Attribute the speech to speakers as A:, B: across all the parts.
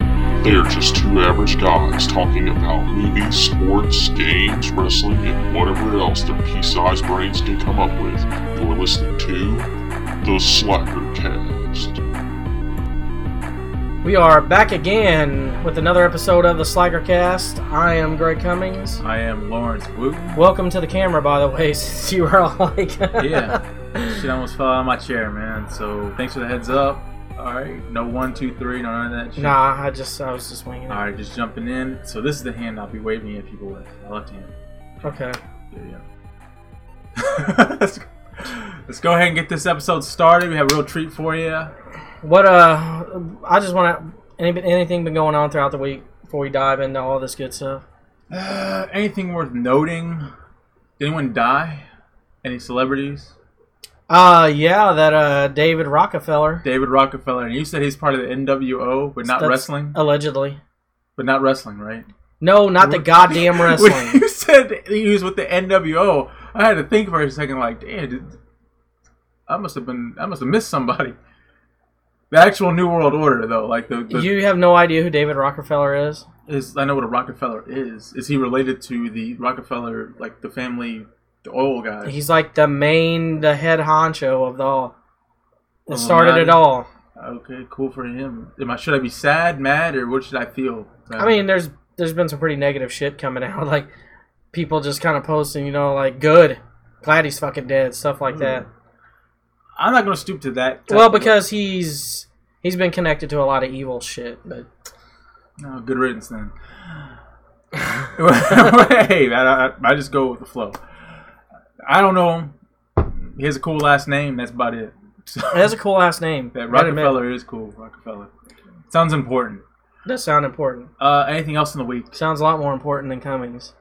A: They're just two average guys talking about movies, sports, games, wrestling, and whatever else their pea sized brains can come up with. You're listening to The Slacker Cast.
B: We are back again with another episode of the Slacker Cast. I am Greg Cummings.
C: I am Lawrence Wooten.
B: Welcome to the camera, by the way, since you were all like,
C: Yeah. Shit almost fell out of my chair, man. So thanks for the heads up. All right, no one, two, three, no none of that shit.
B: Nah, I just I was just winging it.
C: All right, just jumping in. So this is the hand I'll be waving at people with. My left hand.
B: Okay.
C: Yeah, yeah. let's, go, let's go ahead and get this episode started. We have a real treat for you.
B: What uh, I just want to any anything been going on throughout the week before we dive into all this good stuff.
C: Uh, anything worth noting? Did anyone die? Any celebrities?
B: Uh, yeah, that uh David Rockefeller
C: David Rockefeller. And you said he's part of the NWO, but not
B: That's-
C: wrestling.
B: allegedly. But
C: But not wrestling, right?
B: no, not the goddamn
C: When
B: wrestling.
C: you said he was with the NWO, I had to think for a second, like, damn, did, I must have been, I must have missed somebody. The actual New World Order, though, like the, the
B: you have no idea who David Rockefeller is.
C: is, I know what a Rockefeller is. Is he related to the Rockefeller, like the family, the oil guy?
B: He's like the main, the head honcho of the all.
C: Oh,
B: It started
C: Illuminati.
B: it all.
C: okay, cool for him. Am I should I be sad, mad, or what should I feel?
B: I mean, there's there's been some pretty negative shit coming out, like people just kind of posting, you know, like good, glad he's fucking dead, stuff like that.
C: Hmm. I'm not gonna stoop to that. type
B: Well,
C: of-
B: because he's he's been connected to a lot of evil shit, but
C: No, Oh, good riddance then. hey, man, I, I just go with the flow. I don't know him. He has a cool last name. That's about it. So,
B: it has a cool ass name.
C: that
B: Gotta admit,
C: Rockefeller is cool. Rockefeller sounds important.
B: does sound important.
C: Uh, anything else in the week?
B: Sounds a lot more important than Cummings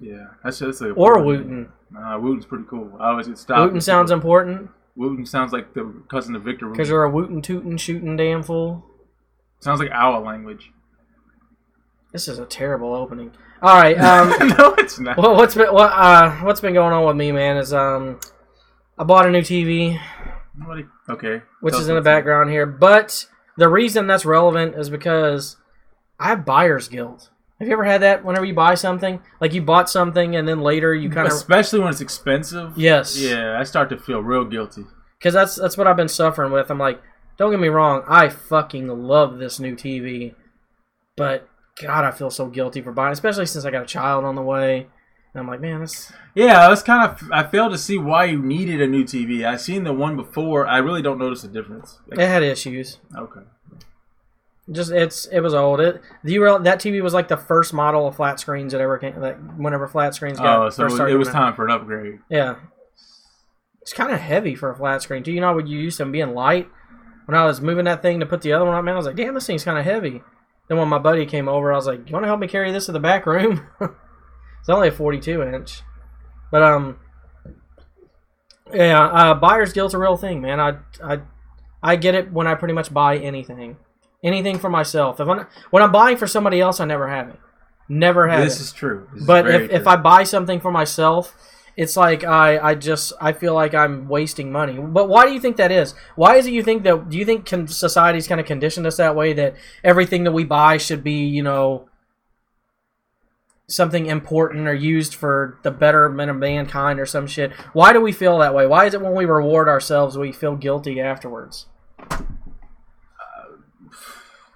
C: Yeah, Uh, that's that's a
B: or Wooten.
C: Nah, Wooten's pretty cool. I always get stopped.
B: Wooten sounds important
C: Wooten sounds like the cousin of Victor. Wooten.
B: because you're a Wooten tootin' shooting damn fool.
C: Sounds like our language.
B: This is a terrible opening. All right, um,
C: no, it's not.
B: Well, what's been what uh what's been going on with me, man? Is um, I bought a new TV,
C: Nobody. Okay.
B: which
C: Tell
B: is
C: us
B: in the
C: what's up.
B: background here. But the reason that's relevant is because I have buyer's guilt. Have you ever had that? Whenever you buy something, like you bought something and then later you kind of
C: Especially when it's expensive.
B: yes,
C: Yeah, I start to feel real guilty.
B: because that's that's what I've been suffering with. I'm like, don't get me wrong, I fucking love this new TV, but God, I feel so guilty for buying, especially since I got a child on the way. And I'm like, man, that's
C: Yeah, I was kind of. I failed to see why you needed a new TV. I seen the one before. I really don't notice the difference.
B: it
C: Like,
B: had issues.
C: okay.
B: just it's it was old. It the URL, that TV was like the first model of flat screens that ever came. That whenever flat screens got
C: Oh, so it
B: first
C: was,
B: started
C: it was
B: coming out.
C: time for an upgrade.
B: Yeah, it's kind of heavy for a flat screen. Do you know what you used to being light? When I was moving that thing to put the other one up, man, I was like, damn, this thing's kind of heavy. Then when my buddy came over, I was like, you want to help me carry this to the back room? it's only a 42 inch, but um, yeah, uh, buyer's guilt's a real thing, man. I I I get it when I pretty much buy anything, anything for myself. If I'm when I'm buying for somebody else, I never have it, never have
C: This
B: it.
C: is true. This is
B: but
C: very
B: if, if
C: true.
B: I buy something for myself, it's like I I just I feel like I'm wasting money. But why do you think that is? Why is it you think that? Do you think con- society's kind of conditioned us that way that everything that we buy should be you know something important or used for the betterment of mankind or some shit? Why do we feel that way? Why is it when we reward ourselves we feel guilty afterwards?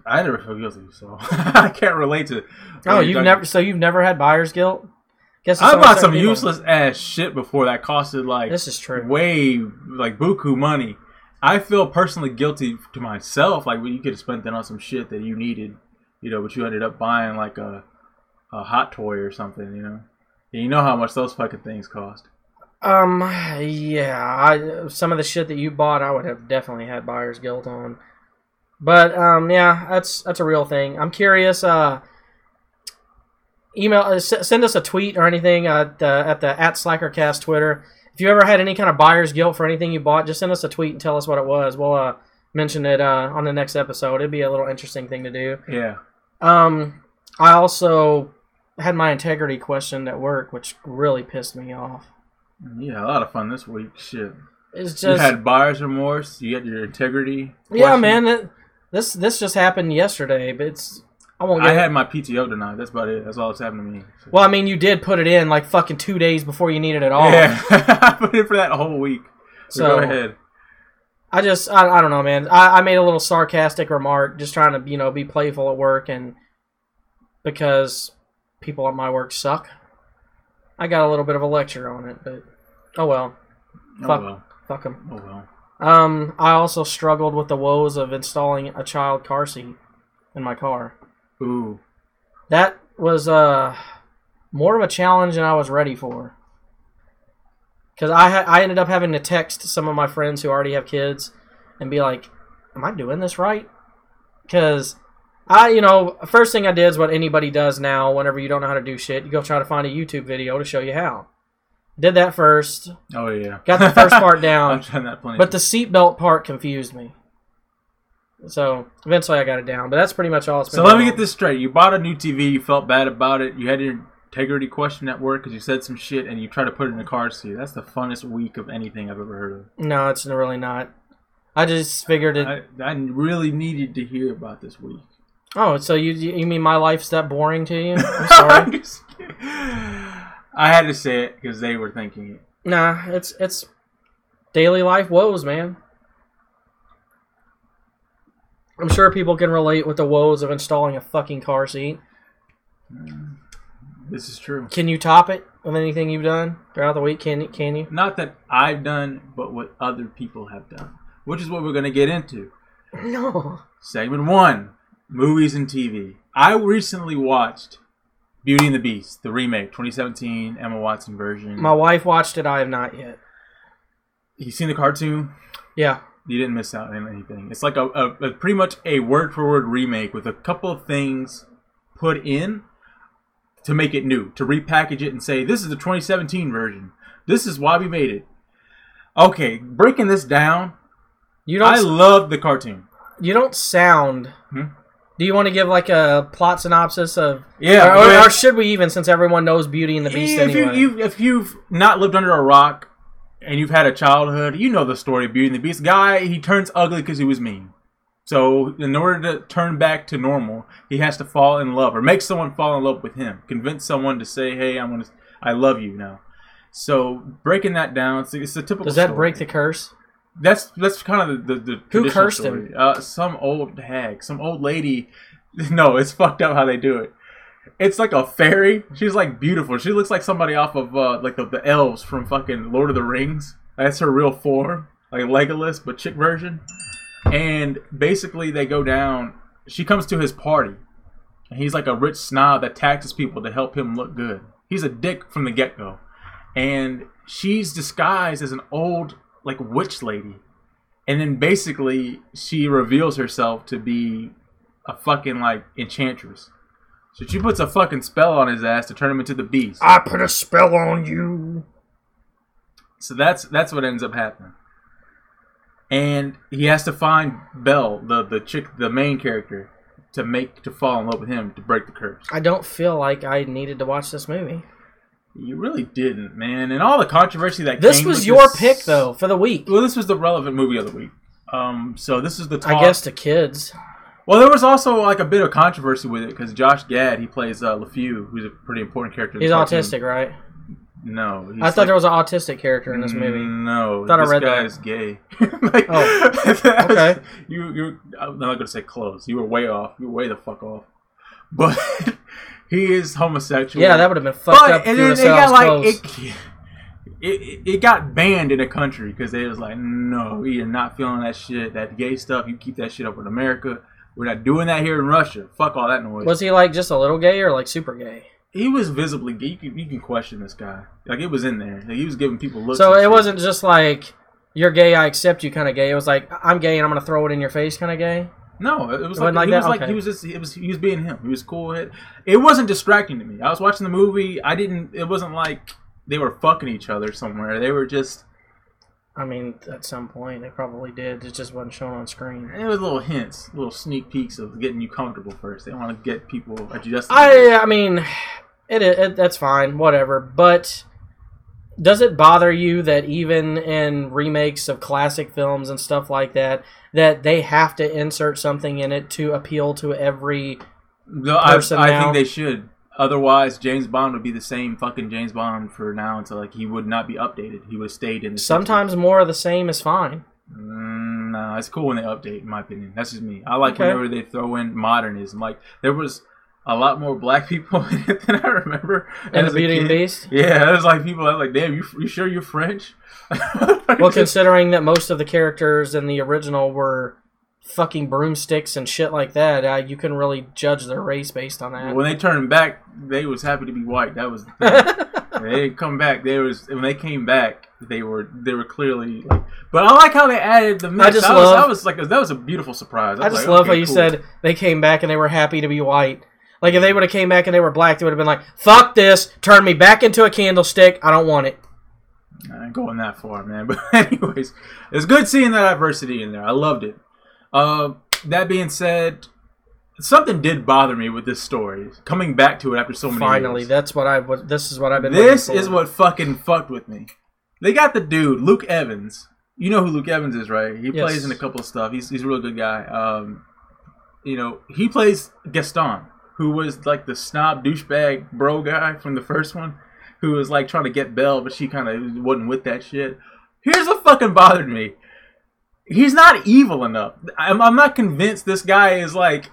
C: I never feel guilty, so I can't relate to.
B: Oh,
C: what
B: you've
C: you're
B: never
C: talking-
B: so you've never had buyer's guilt. Guess it's
C: I
B: only
C: bought
B: certain
C: some
B: people.
C: useless ass shit before that costed like
B: This is true.
C: way like buku money. I feel personally guilty to myself. Like well, you could have spent that on some shit that you needed, you know, but you ended up buying like a a hot toy or something, you know. And you know how much those fucking things cost.
B: Um, yeah, I some of the shit that you bought, I would have definitely had buyer's guilt on. But um, yeah, that's that's a real thing. I'm curious. Uh, email, uh, s- send us a tweet or anything at the at the at Slackercast Twitter. If you ever had any kind of buyer's guilt for anything you bought, just send us a tweet and tell us what it was. We'll uh, mention it uh, on the next episode. It'd be a little interesting thing to do.
C: Yeah.
B: Um, I also had my integrity questioned at work, which really pissed me off.
C: Yeah, a lot of fun this week. Shit.
B: It's just
C: you had buyer's remorse, you had your integrity.
B: Yeah,
C: question.
B: man. It, this this just happened yesterday, but it's I won't get
C: I had my PTO tonight. That's about it. That's all that's happened to me. So-
B: Well, I mean, you did put it in like fucking two days before you needed it all.
C: yeah, I put it for that whole week. So,
B: So
C: go ahead.
B: I just, I, I don't know, man. I, I made a little sarcastic remark, just trying to, you know, be playful at work, and because people at my work suck, I got a little bit of a lecture on it. But oh well,
C: Oh
B: fuck.
C: well.
B: fuck them.
C: Oh well.
B: Um, I also struggled with the woes of installing a child car seat in my car.
C: Ooh.
B: That was uh more of a challenge than I was ready for. Cause I ha- I ended up having to text some of my friends who already have kids and be like, "Am I doing this right?" Cause I you know first thing I did is what anybody does now. Whenever you don't know how to do shit, you go try to find a YouTube video to show you how. Did that first,
C: Oh yeah.
B: got the first part down,
C: I've done that plenty.
B: but the seatbelt part confused me. So eventually I got it down, but that's pretty much all. It's been
C: So let me
B: going
C: get
B: on.
C: this straight. You bought a new TV. You felt bad about it. You had your integrity question at work because you said some shit and you tried to put it in a car seat. That's the funnest week of anything I've ever heard of.
B: No, it's really not. I just figured it.
C: I, I really needed to hear about this week.
B: oh, so you you mean my life's that boring to you? I'm sorry.
C: I had to say it because they were thinking it.
B: nah, it's it's daily life woes, man. I'm sure people can relate with the woes of installing a fucking car seat.
C: This is true.
B: Can you top it with anything you've done throughout the week? Can you? Can you?
C: Not that I've done, but what other people have done, which is what we're going to get into.
B: No.
C: Segment one movies and TV. I recently watched Beauty and the Beast, the remake, 2017 Emma Watson version.
B: My wife watched it. I have not yet.
C: you seen the cartoon?
B: Yeah.
C: You didn't miss out on anything. It's like a, a, a pretty much a word for word remake with a couple of things put in to make it new, to repackage it and say, this is the 2017 version. This is why we made it. Okay, breaking this down,
B: You don't.
C: I love the cartoon.
B: you don't sound.
C: Hmm?
B: Do you want to give like a plot synopsis of?
C: Yeah,
B: or, or,
C: but-
B: or should we even? Since everyone knows Beauty and the Beast
C: if,
B: anyway.
C: you, you, if you've not lived under a rock and you've had a childhood, you know the story of Beauty and the Beast. Guy, he turns ugly because he was mean. So, in order to turn back to normal, he has to fall in love or make someone fall in love with him, convince someone to say, "Hey, I'm gonna, I love you now." So, breaking that down, it's, it's a typical.
B: Does that
C: story.
B: break the curse?
C: That's that's kind of the the, the
B: Who
C: traditional
B: cursed him?
C: story. Uh, some old hag, some old lady. No, it's fucked up how they do it. It's like a fairy. She's like beautiful. She looks like somebody off of uh, like the, the elves from fucking Lord of the Rings. That's her real form, like Legolas, but chick version. And basically, they go down. She comes to his party, and he's like a rich snob that taxes people to help him look good. He's a dick from the get go, and she's disguised as an old like witch lady, and then basically she reveals herself to be a fucking like enchantress. So she puts a fucking spell on his ass to turn him into the beast.
B: I put a spell on you.
C: So that's that's what ends up happening. And he has to find Belle, the the chick, the main character, to make to fall in love with him to break the curse.
B: I don't feel like I needed to watch this movie.
C: You really didn't, man. And all the controversy that
B: This
C: came
B: was
C: with
B: your
C: this-
B: pick though for the week.
C: Well, this was the relevant movie of the week. Um, so this is the
B: I
C: talk.
B: guess to kids.
C: Well, there was also like a bit of controversy with it because Josh Gad, he plays uh, LeFou, who's a pretty important character. in
B: He's
C: the cartoon.
B: autistic, right?
C: No, he's Mm,
B: I thought there was an autistic character in this movie.
C: No,
B: Thought I
C: this
B: read
C: guy
B: that.
C: is gay. like,
B: Oh. Okay.
C: You, you. I'm not gonna say close. You were way off. You were way the fuck off. But he is homosexual.
B: Yeah, that would have been fucked
C: But
B: up.
C: and
B: if you
C: then
B: would've
C: it
B: said I
C: got
B: was
C: like
B: close.
C: it, it, it got banned in the country because they was like, no, we are not feeling that shit. That gay stuff. You keep that shit up in America. We're not doing that here in Russia. Fuck all that noise.
B: Was he like just a little gay or like super gay?
C: he was visibly gay. You can, you can question this guy. Like it was in there. Like, he was giving people looks.
B: So
C: and
B: it
C: shit.
B: wasn't just like you're gay, I accept you kind of gay. It was like I'm gay and I'm gonna throw it in your face kind of gay.
C: No, it was
B: It
C: like,
B: wasn't like
C: he
B: that?
C: was like
B: Okay.
C: he was just it was he was being him. He was cool. It, it wasn't distracting to me. I was watching the movie. I didn't. It wasn't like they were fucking each other somewhere. They were just.
B: I mean, at some point they probably did. It just wasn't shown on screen.
C: It was little hints, little sneak peeks of getting you comfortable first. They want to get people adjusted.
B: I I mean, it, it that's fine, whatever. But does it bother you that even in remakes of classic films and stuff like that, that they have to insert something in it to appeal to every
C: No, I,
B: person
C: I
B: now.
C: think they should. Otherwise, James Bond would be the same fucking James Bond for now until like he would not be updated. He would have stayed in the. 60s.
B: Sometimes more of the same is fine.
C: Mm, nah, it's cool when they update. In my opinion, that's just me. I like
B: Okay.
C: whenever they throw in modernism. Like there was a lot more black people in it than I remember.
B: And
C: as
B: the
C: a
B: Beauty and
C: kid.
B: Beast.
C: Yeah, it was like people. I was like, damn, you, you sure you're French?
B: Well, considering that most of the characters in the original were fucking broomsticks and shit like that, uh, you can really judge their race based on that.
C: when they turned back, they was happy to be white. That was the thing. When they come back. They was when they came back, they were they were clearly. Like, but I like how they added the. Mix. I
B: just
C: was,
B: love-
C: I was like that was a beautiful surprise.
B: I
C: was
B: just
C: like,
B: love
C: okay,
B: how you
C: cool.
B: said they came back and they were happy to be white. Like if they would have came back and they were black, they would have been like, "Fuck this! Turn me back into a candlestick. I don't want it."
C: I ain't going that far, man. But anyways, it's good seeing that diversity in there. I loved it. Uh, that being said, something did bother me with this story. Coming back to it after so many
B: Finally,
C: years.
B: that's what I was. This is what I've been.
C: This
B: waiting for.
C: is what fucking fucked with me. They got the dude, Luke Evans. You know who Luke Evans is, right? He
B: Yes.
C: plays in a couple of stuff. He's he's a real good guy. Um, you know, he plays Gaston, who was like the snob douchebag bro guy from the first one, who was like trying to get Belle, but she kind of wasn't with that shit. Here's what fucking bothered me. He's not evil enough. I'm, I'm not convinced this guy is like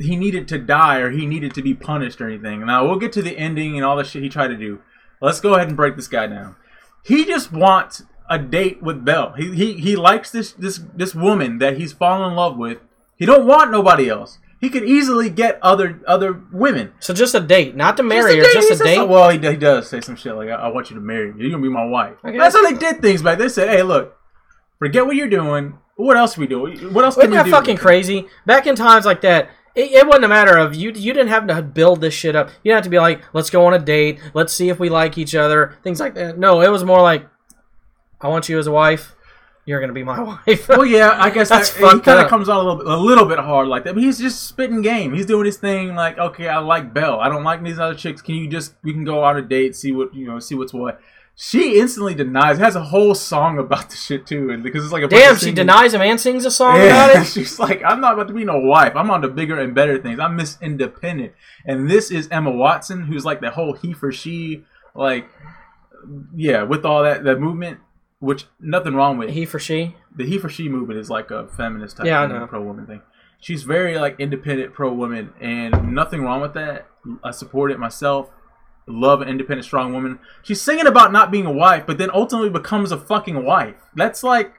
C: he needed to die or he needed to be punished or anything. Now we'll get to the ending and all the shit he tried to do. Let's go ahead and break this guy down. He just wants a date with Belle. He he, he likes this this this woman that he's fallen in love with. He don't want nobody else. He could easily get other other women.
B: So just a date, not to marry
C: Just
B: her,
C: He
B: just a
C: says
B: date.
C: some- well, he, he does say some shit like, I, "I want you to marry me. You're gonna be my wife."
B: Okay.
C: That's how they did things back. They said, "Hey, look, forget what you're doing. What else we do? What else
B: Isn't
C: can we
B: that
C: do?"
B: fucking crazy? Back in times like that, it, it wasn't a matter of you. You didn't have to build this shit up. You didn't have to be like, let's go on a date. Let's see if we like each other. Things like that. No, it was more like, I want you as a wife. You're gonna be my wife.
C: well, yeah, I guess
B: That's
C: that, he
B: fucked
C: kind of
B: up.
C: comes out a little, bit- a little bit hard like that. But he's just spitting game. He's doing his thing. Like, okay, I like Belle. I don't like these other chicks. Can you just we can go out a date, see what you know, see what's what. She instantly denies. Has a whole song about the shit too, and because it's like a bunch
B: Damn,
C: of
B: she
C: singing-
B: denies him and sings a song
C: Yeah,
B: about it.
C: she's like, I'm not about to be no wife. I'm on to bigger and better things. I'm Miss Independent, and this is Emma Watson, who's like the whole he for she, like, yeah, with all that that movement, which nothing wrong with
B: He for she.
C: the he for she movement is like a feminist type
B: Yeah, I
C: thing,
B: know.
C: pro woman thing. She's very like independent pro woman, and nothing wrong with that. I support it myself. Love an independent, strong woman. She's singing about not being a wife, but then ultimately becomes a fucking wife. That's like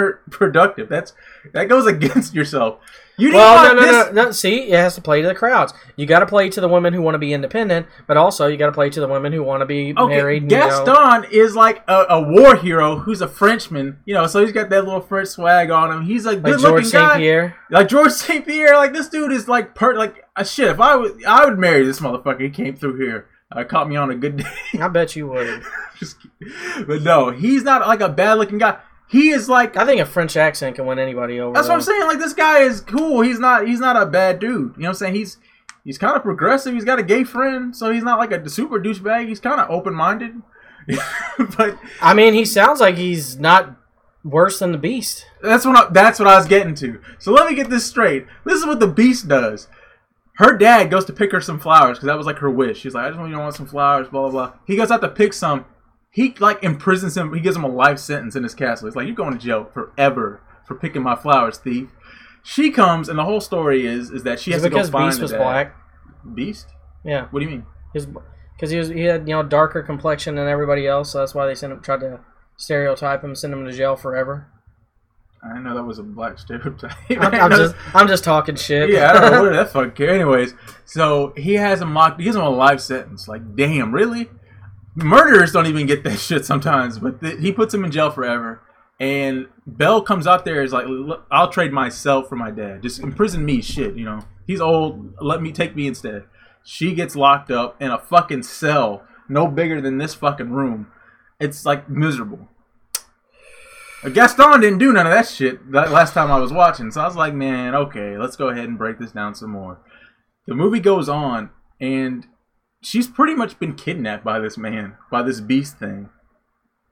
C: counterproductive. That's that goes against yourself. You didn't
B: Well,
C: want
B: no, no,
C: this.
B: no, no. See, it has to play to the crowds. You got to play to the women who want to be independent, but also you got to play to the women who want to be
C: Okay,
B: married. and, you know.
C: Gaston is like a, a war hero who's a Frenchman, you know. So he's got that little French swag on him. He's a
B: like
C: good-looking
B: George
C: guy.
B: St. Pierre.
C: Like George St. Pierre, like this dude is like per like uh, shit. If I would, I would marry this motherfucker. He came through here, uh, caught me on a good day.
B: I bet you would.
C: Just kidding. but no, he's not like a bad looking guy. He is like
B: I think a French accent can win anybody over.
C: that's what I'm
B: though.
C: saying. Like this guy is cool. He's not he's not a bad dude. You know what I'm saying? He's he's kind of progressive. He's got a gay friend, so he's not like a super douchebag. He's kind of open minded. but
B: I mean, he sounds like he's not worse than the Beast.
C: That's what I, that's what I was getting to. So let me get this straight. This is what the beast does. Her dad goes to pick her some flowers because that was like her wish. She's like, I just want you to want some flowers, blah blah blah. He goes out to pick some. He like imprisons him. He gives him a life sentence in his castle. He's like, you're going to jail forever for picking my flowers, thief. She comes, and the whole story is is that she has
B: It's
C: to go
B: because
C: find
B: Beast
C: the
B: was
C: dad.
B: black.
C: Beast?
B: Yeah,
C: What do you mean?
B: because he was he had you know darker complexion than everybody else, so that's why they sent him tried to stereotype him, send him to jail forever.
C: I didn't know that was a black stereotype.
B: I'm, I'm just I'm just talking shit.
C: yeah, I don't know what that fuck care. Anyways, so he has him mocked. He gives him a life sentence. Like, damn, really? Murderers don't even get that shit sometimes. But th- he puts him in jail forever. And Bell comes out there is like, "Look, I'll trade myself for my dad. Just imprison me, shit. You know, he's old. Let me take me instead. She gets locked up in a fucking cell, no bigger than this fucking room. It's like miserable. Gaston didn't do none of that shit that last time I was watching, so I was like, man, okay, let's go ahead and break this down some more. The movie goes on, and she's pretty much been kidnapped by this man, by this beast thing.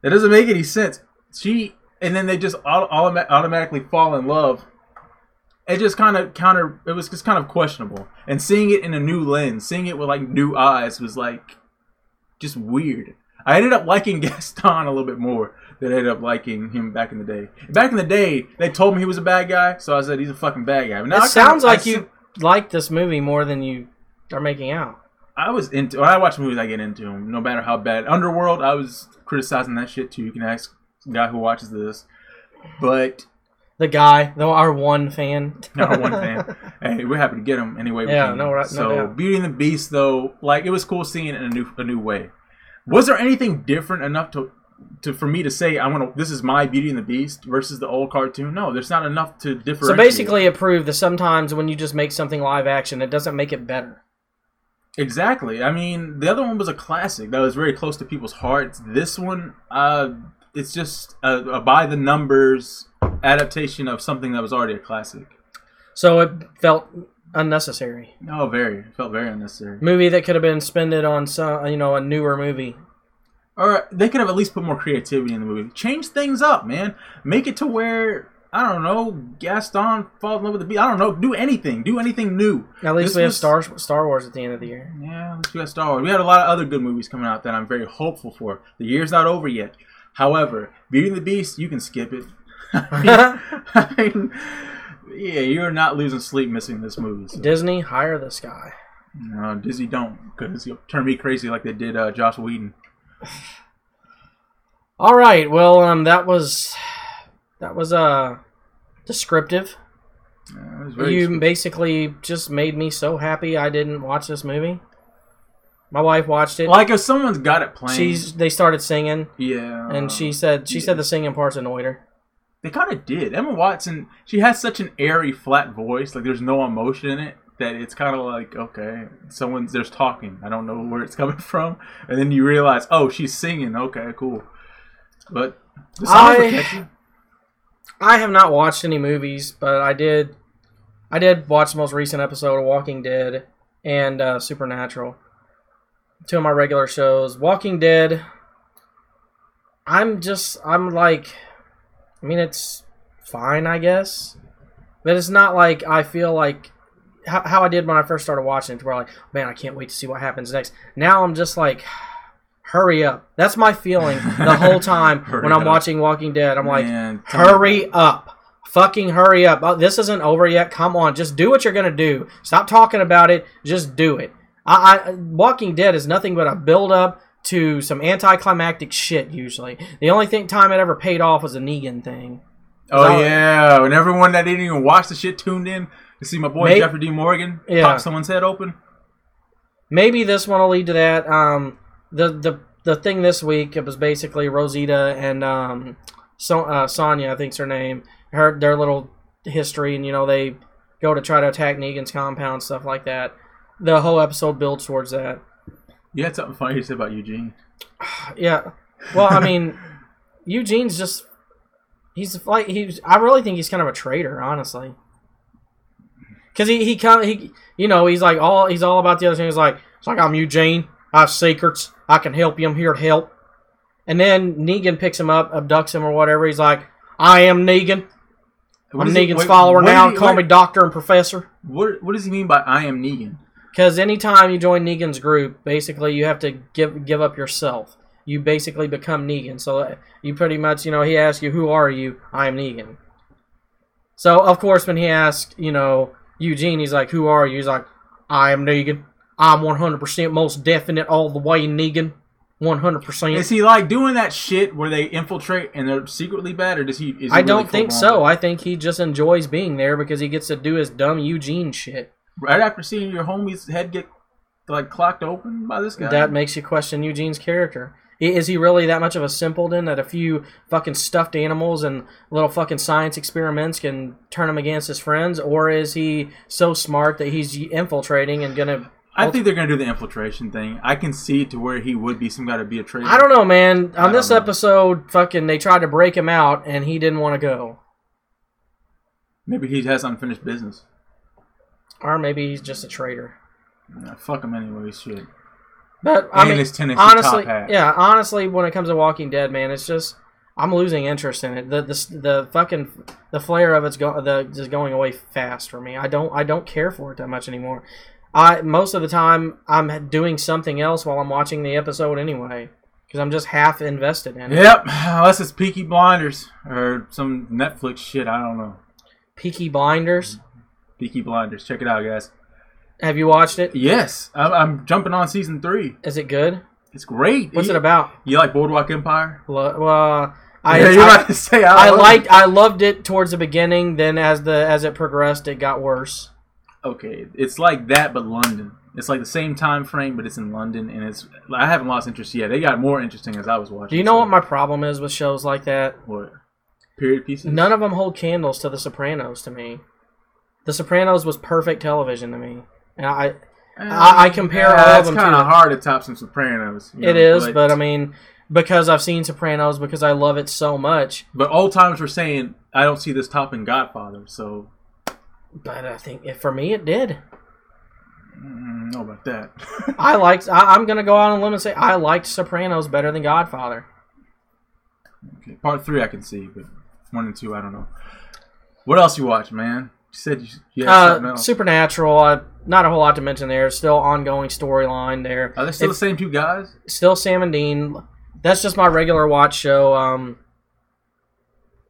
C: That doesn't make any sense. She and then they just auto- automa- automatically fall in love it just kind of counter. It was just kind of questionable, and seeing it in a new lens, seeing it with like new eyes, was like just weird. I ended up liking Gaston a little bit more than I ended up liking him back in the day. Back in the day, they told me he was a bad guy, so I said he's a fucking bad guy. But now I
B: it
C: kinda-
B: sounds
C: I
B: like
C: see-
B: you like this movie more than you are making out.
C: I was into. When I watch movies, I get into them, no matter how bad. Underworld, I was criticizing that shit too. You can ask the guy who watches this, but
B: The guy, though, our one fan.
C: no one fan. Hey, we're happy to get him anyway.
B: Yeah,
C: we can.
B: no, right- no
C: So
B: doubt.
C: Beauty and the Beast, though, like it was cool seeing it in a new a new way. Was there anything different enough to to for me to say I want to? This is my Beauty and the Beast versus the old cartoon. No, there's not enough to differ.
B: so basically, it proved that sometimes when you just make something live action, it doesn't make it better.
C: Exactly. I mean, the other one was a classic that was very close to people's hearts. This one, uh, it's just a, a by the numbers adaptation of something that was already a classic.
B: So it felt unnecessary.
C: Oh, very It felt very unnecessary.
B: Movie that could have been spended on some, you know, a newer movie.
C: Or they could have at least put more creativity in the movie. Change things up, man. Make it to where I don't know Gaston falls in love with the bee. I don't know. Do anything. Do anything new.
B: At least
C: This
B: we have
C: was-
B: Star Star Wars at the end of the year.
C: Yeah, at least we got Star Wars. We had a lot of other good movies coming out that I'm very hopeful for. The year's not over yet. However, Beauty and the Beast, you can skip it. I mean, yeah, you're not losing sleep missing this movie. So.
B: Disney, hire this guy.
C: No, Disney don't, because you'll turn me crazy like they did uh, Josh Whedon.
B: All right. Well, um, that was that was uh descriptive.
C: Uh, it was very
B: You
C: stupid.
B: basically just made me so happy I didn't watch this movie. My wife watched it.
C: like if someone's got it playing,
B: She's they started singing
C: yeah,
B: and she said she said the singing parts annoyed her.
C: they kind of did. Emma Watson, she has such an airy, flat voice. Like there's no emotion in it. That it's kind of like okay, someone's there's talking. I don't know where it's coming from, and then you realize, oh, she's singing. Okay, cool. But the songs were
B: I-
C: catchy.
B: I have not watched any movies, but I did I did watch the most recent episode of Walking Dead and uh, Supernatural. Two of my regular shows. Walking Dead I'm just I'm like I mean it's fine, I guess. But it's not like I feel like how, how I did when I first started watching it, where I'm like, man, I can't wait to see what happens next. Now I'm just like, hurry up. That's my feeling the whole time when
C: Hurry
B: I'm
C: up.
B: watching Walking Dead. I'm like,
C: Man, tell me
B: Hurry up. Fucking hurry up. Oh, this isn't over yet. Come on. Just do what you're going to do. Stop talking about it. Just do it. I, I Walking Dead is nothing but a build up to some anticlimactic shit, usually. The only thing time it ever paid off was a Negan thing.
C: Oh
B: Is that-
C: yeah, when everyone that didn't even watch the shit tuned in to see my boy
B: May-
C: Jeffrey D. Morgan
B: Yeah.
C: pop someone's head open.
B: Maybe this one will lead to that. Um, the, the, the thing this week, it was basically Rosita and um, so, uh, Sonya, I think's her name, her their little history, and you know they go to try to attack Negan's compound, stuff like that. The whole episode builds towards that.
C: You had something funny to say about Eugene.
B: Yeah. Well, I mean, Eugene's just he's like he's. I really think he's kind of a traitor, honestly. Because he he kind of he you know he's like all he's all about the other thing. He's like it's like I'm Eugene. I have secrets. I can help you. I'm here to help. And then Negan picks him up, abducts him or whatever. He's like, I am Negan.
C: What
B: I'm
C: is he-
B: Negan's
C: wait,
B: follower
C: what
B: now.
C: did he-
B: Call me
C: what-
B: doctor and professor.
C: What What does he mean by I am Negan?
B: Because anytime you join Negan's group, basically you have to give give up yourself. You basically become Negan. So uh, you pretty much, you know, he asks you, "Who are you?" I am Negan. So of course, when he asks, you know, Eugene, he's like, "Who are you?" He's like, "I am Negan. I'm 100% most definite all the way Negan, 100%."
C: Is he like doing that shit where they infiltrate and they're secretly bad, or does he? Is he
B: I don't
C: really
B: think
C: full-blown?
B: so. I think he just enjoys being there because he gets to do his dumb Eugene shit.
C: Right after seeing your homie's head get like clocked open by this guy,
B: That makes you question Eugene's character. I- Is he really that much of a simpleton that a few fucking stuffed animals and little fucking science experiments can turn him against his friends, or is he so smart that he's infiltrating and gonna?
C: I think they're gonna do the infiltration thing. I can see to where he would be some guy to be a traitor.
B: I don't know, man. On this
C: know.
B: episode, fucking they tried to break him out and he didn't want to go,
C: Maybe he has unfinished business.
B: or maybe he's just a traitor.
C: Nah, fuck him anyway. Shit.
B: But I
C: And
B: mean,
C: his Tennessee top
B: honestly,
C: hat.
B: yeah, honestly, when it comes to Walking Dead, man, it's just I'm losing interest in it. The the the fucking the flair of it's go, the is going away fast for me. I don't I don't care for it that much anymore. I most of the time I'm doing something else while I'm watching the episode anyway because I'm just half invested in it.
C: Yep, unless it's Peaky Blinders or some Netflix shit. I don't know.
B: Peaky Blinders.
C: Peaky Blinders. Check it out, guys.
B: Have you watched it?
C: Yes, I'm, I'm jumping on season three.
B: Is it good?
C: It's great.
B: What's
C: you,
B: it about?
C: You like Boardwalk Empire?
B: Lo- well, I,
C: yeah, you're
B: I,
C: about to say
B: I
C: love it.
B: liked I loved it towards the beginning. Then as the as it progressed, it got worse.
C: Okay, it's like that, but London. It's like the same time frame, but it's in London, and it's. I haven't lost interest yet. They got more interesting as I was watching.
B: Do you know
C: so-
B: what my problem is with shows like that?
C: what? Period pieces.
B: None of them hold candles to The Sopranos to me. The Sopranos was perfect television to me. And I,
C: Eh,
B: I- I compare all of
C: that's
B: them to
C: kind
B: it.
C: of hard to top some Sopranos. you
B: it
C: know,
B: is, but I mean, because I've seen Sopranos, because I love it so much.
C: but old times were saying I don't see this topping Godfather. So
B: But I think it, for me, it did.
C: mm, know about that.
B: I liked. I, I'm gonna go out on a limb and say I liked Sopranos better than Godfather.
C: okay, part three I can see, but one and two I don't know. What else you watch, man? You said you, you had something
B: Uh,
C: else.
B: Supernatural. Uh, not a whole lot to mention there. Still ongoing storyline there.
C: Are they still
B: It's
C: the same two guys?
B: still Sam and Dean. That's just my regular watch show. Um,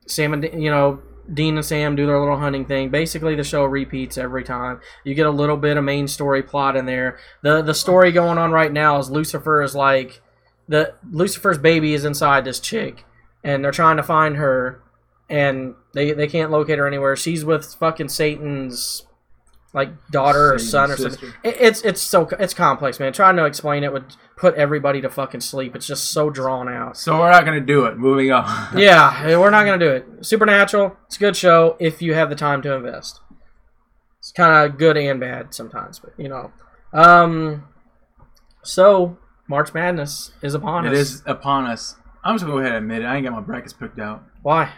B: Sam and Dean- you know Dean and Sam do their little hunting thing. Basically, the show repeats every time. You get a little bit of main story plot in there. the The story going on right now is Lucifer is like the Lucifer's baby is inside this chick, and they're trying to find her, and they they can't locate her anywhere. She's with fucking Satan's like daughter
C: Satan's
B: or son or something.
C: sister.
B: It- it's it's so it's complex, man. Trying to explain it would put everybody to fucking sleep. It's just so drawn out.
C: So we're not gonna do it. Moving on.
B: Yeah, eh, we're not gonna do it. Supernatural, it's a good show if you have the time to invest. It's kind of good and bad sometimes, but you know. Um, so March Madness is upon
C: It
B: us.
C: is upon us. I'm just gonna go ahead and admit it. I ain't got my brackets picked out.
B: Why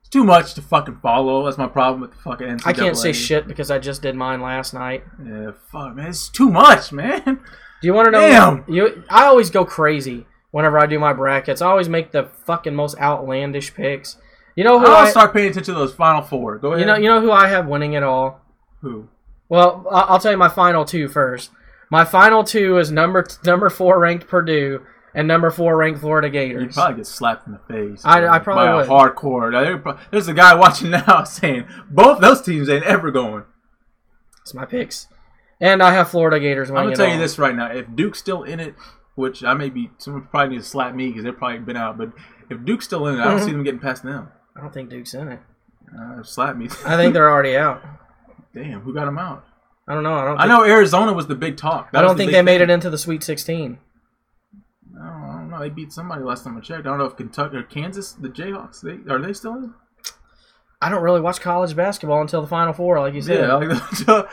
C: It's too much to fucking follow. That's my problem with the fucking NCAA.
B: I can't say shit because I just did mine last night.
C: Yeah, fuck, man. It's too much, man.
B: Do you want to know?
C: Damn.
B: You, I always go crazy whenever I do my brackets. I always make the fucking most outlandish picks. You know who?
C: I'll
B: I,
C: start paying attention to those final four. Go ahead.
B: you know, you know who I have winning it all.
C: Who?
B: Well, I- I'll tell you my final two first. My final two is number number four ranked Purdue and number four ranked Florida
C: You'd
B: Gators.
C: probably get slapped in the face.
B: I-
C: dude,
B: I probably
C: by
B: would.
C: a hardcore. Now, they're pro- There's a guy watching now saying both those teams ain't ever going.
B: That's my picks, and I have Florida Gators winning.
C: I'm gonna
B: it
C: tell you
B: all.
C: this right now. If Duke's still in it, which I may be, someone probably needs to slap me because they've probably been out. But if Duke's still in it, I
B: Mm-hmm.
C: don't see them getting past them.
B: I don't think Duke's in it.
C: Uh, slap me.
B: I think they're already out.
C: Damn, who got them out?
B: I don't know. I don't. Think,
C: I know Arizona was the big talk.
B: I don't think they made it into the Sweet 16.
C: In. I, don't, I don't know. They beat somebody last time I checked. I don't know if Kentucky or Kansas, the Jayhawks, they are they still in?
B: I don't really watch college basketball until the Final Four, like you said.
C: Yeah. Like,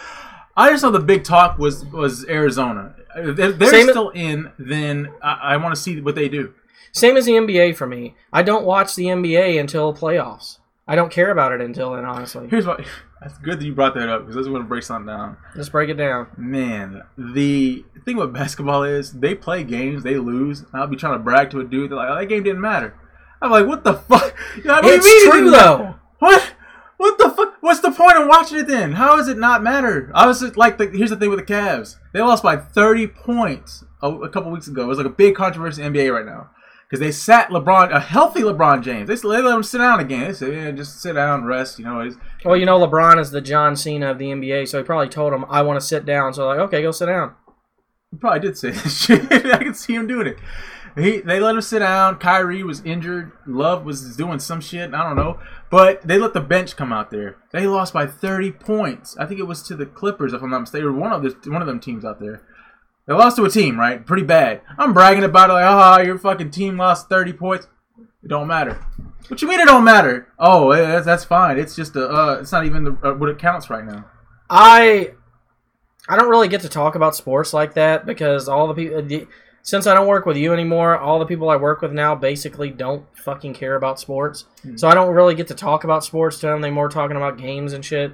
C: I just know the big talk was was Arizona. If they're they're
B: Same-
C: still in, then I, I want to see what they do.
B: Same as the NBA for me. I don't watch the NBA until playoffs. I don't care about it until then, honestly.
C: Here's what. That's good that you brought that up because I just want to break something down.
B: Let's break it down.
C: Man, the thing with basketball is they play games, they lose. and I'll be trying to brag to a dude. They're like, oh, that game didn't matter. I'm like, what the fuck? You know, what do you
B: it's
C: mean it
B: true
C: didn't
B: though.
C: What? What the fuck? What's the point of watching it then? How does it not matter? I was just like, the, here's the thing with the Cavs. They lost by 30 points a, a couple weeks ago. It was like a big controversy in the NBA right now. Because they sat LeBron, a healthy LeBron James. They, s- they let him sit down again. They said, yeah, just sit down, rest. You know, it's,
B: Well, you know, LeBron is the John Cena of the NBA, so he probably told him, "I want to sit down." So like, okay, go sit down.
C: he probably did say that shit. I can see him doing it. He, they let him sit down. Kyrie was injured. Love was doing some shit. I don't know. But they let the bench come out there. They lost by 30 points. I think it was to the Clippers, if I'm not mistaken. or One of this, one of them teams out there. They lost to a team, right? Pretty bad. I'm bragging about it like, ah, your fucking team lost 30 points. It don't matter. What you mean it don't matter? Oh, eh, that's, that's fine. It's just a, uh, it's not even the, uh, what it counts right now.
B: I, I don't really get to talk about sports like that because all the people, the, since I don't work with you anymore, all the people I work with now basically don't fucking care about sports.
C: Hmm.
B: So I don't really get to talk about sports to them. They more talking about games and shit.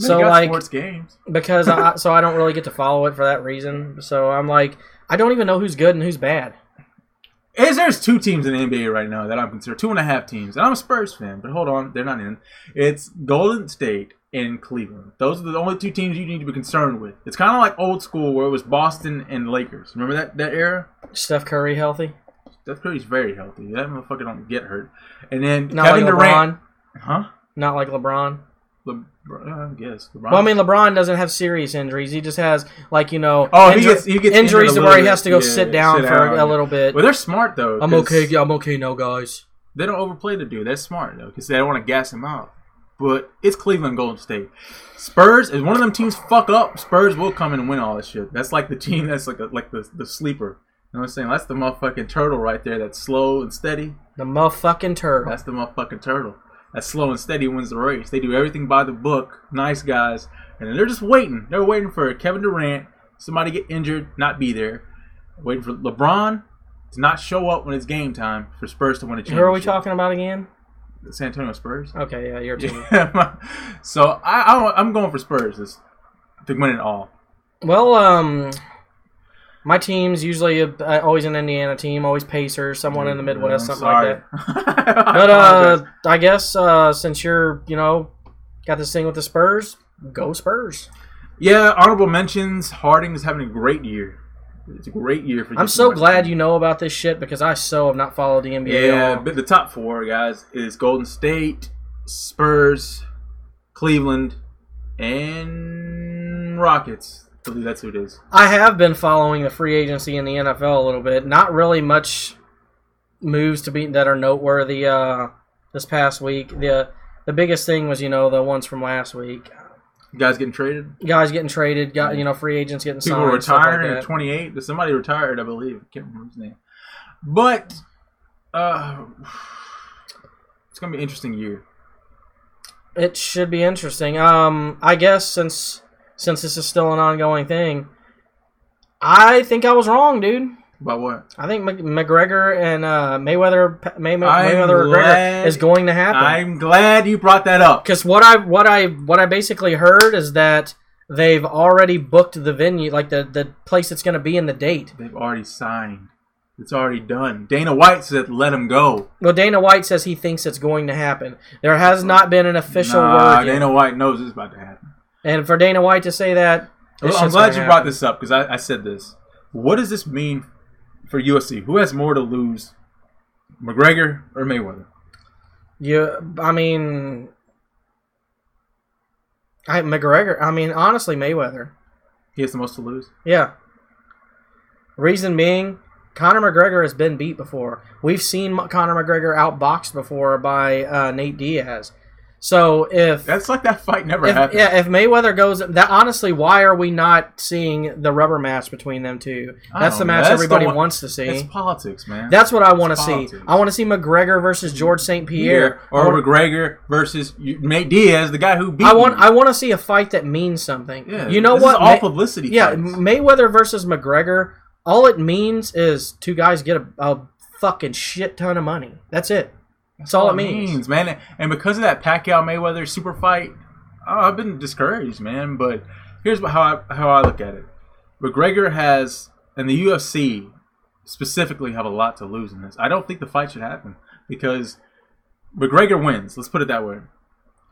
B: so
C: They got
B: like,
C: sports games.
B: because I, so I don't really get to follow it for that reason. So I'm like, I don't even know who's good and who's bad.
C: Is there's two teams in the NBA right now that I'm considered two and a half teams, and I'm a Spurs fan, but hold on, they're not in. It's Golden State and Cleveland. Those are the only two teams you need to be concerned with. It's kind of like old school where it was Boston and Lakers. Remember that that era?
B: Steph Curry healthy?
C: Steph Curry's very healthy. That motherfucker don't get hurt. And then
B: Not
C: Kevin
B: like
C: Durant,
B: LeBron.
C: huh?
B: Not like LeBron.
C: LeBron, I guess. LeBron.
B: Well, I mean, LeBron doesn't have serious injuries. He just has like you know,
C: Oh, he
B: inju-
C: gets- he gets
B: injuries
C: injured
B: to
C: a
B: where he
C: little
B: has to
C: bit.
B: go
C: Yeah,
B: sit down
C: sit
B: for
C: down,
B: a
C: yeah.
B: little bit.
C: well, they're smart though.
B: I'm
C: 'cause
B: okay. yeah, I'm okay now, guys.
C: They don't overplay the dude. That's smart though, because they don't want to gas him out. But it's Cleveland, Golden State, Spurs. If one of them teams fuck up, Spurs will come in and win all this shit. That's like the team that's like a, like the the sleeper. You know what I'm saying? That's the motherfucking turtle right there. That's slow and steady.
B: The motherfucking turtle.
C: That's the motherfucking turtle. That slow and steady wins the race. They do everything by the book. Nice guys. And then they're just waiting. They're waiting for Kevin Durant, somebody get injured, not be there. Waiting for LeBron to not show up when it's game time for Spurs to win a
B: Who
C: championship.
B: are we talking about again?
C: San Antonio Spurs.
B: Okay, Oh, yeah, your team.
C: Yeah, my- so I, I don't- I'm going for Spurs this, to win it all.
B: Well, um, my team's usually a, uh, always an Indiana team, always Pacers, someone in the Midwest,
C: I'm
B: something
C: sorry.
B: like that. But uh, I guess uh, since you're you know got this thing with the Spurs, go Spurs.
C: yeah, honorable mentions. Harding is having a great year. It's a great year for.
B: I'm so glad you know about this shit because I so have not followed the NBA. at
C: Yeah,
B: all.
C: but the top four guys is Golden State, Spurs, Cleveland, and Rockets. I believe that's who it is.
B: I have been following the free agency in the NFL a little bit. Not really much moves to be that are noteworthy uh, this past week. the The biggest thing was you know the ones from last week.
C: You guys getting traded?
B: Guys getting traded, got you know free agents getting
C: People
B: signed. stuff like
C: retiring
B: that.
C: at 28. There's somebody retired, I believe. I can't remember his name. But uh, it's gonna be an interesting year.
B: It should be interesting. Um, I guess since since this is still an ongoing thing, I think I was wrong, dude.
C: About what?
B: I think Mc- McGregor and uh, Mayweather May-
C: I'm
B: Mayweather McGregor
C: glad-
B: is going to happen.
C: I'm glad you brought that up.
B: Because what I what I what I basically heard is that they've already booked the venue, like the the place it's going to be in the date.
C: They've already signed. It's already done. Dana White said, "Let him go."
B: Well, Dana White says he thinks it's going to happen. There has not been an official
C: nah,
B: word, yet.
C: Dana White knows this is about to happen.
B: and for Dana White to say that, this
C: Well, I'm
B: shit's
C: glad
B: gonna
C: you
B: happen.
C: brought this up because I, I said this. What does this mean for USC? Who has more to lose, McGregor or Mayweather?
B: You, I mean, I McGregor. I mean, honestly, Mayweather.
C: He has the most to lose.
B: Yeah. Reason being, Conor McGregor has been beat before. We've seen M- Conor McGregor outboxed before by uh, Nate Diaz. So if,
C: That's like that fight never
B: if
C: happened.
B: yeah, if Mayweather goes that honestly, why are we not seeing the rubber match between them two?
C: I
B: That's
C: don't
B: the
C: know.
B: match
C: That's the
B: everybody
C: one-
B: wants to see.
C: It's politics, man.
B: That's what I want to
C: It's
B: see.
C: politics.
B: I want to see McGregor versus George St. Pierre.
C: or McGregor versus you- Nate Diaz, the guy who beat.
B: I want
C: you.
B: I want to see a fight that means something.
C: Yeah,
B: you know
C: this
B: what?
C: Is all
B: Ma-
C: publicity.
B: yeah,
C: fights.
B: Mayweather versus McGregor. All it means is two guys get a, a fucking shit ton of money. That's it. That's all it means.
C: man. And because of that Pacquiao Mayweather super fight, uh, I've been discouraged, man. But here's how I, how I look at it: McGregor has, and the UFC specifically have a lot to lose in this. I don't think the fight should happen because McGregor wins. Let's put it that way.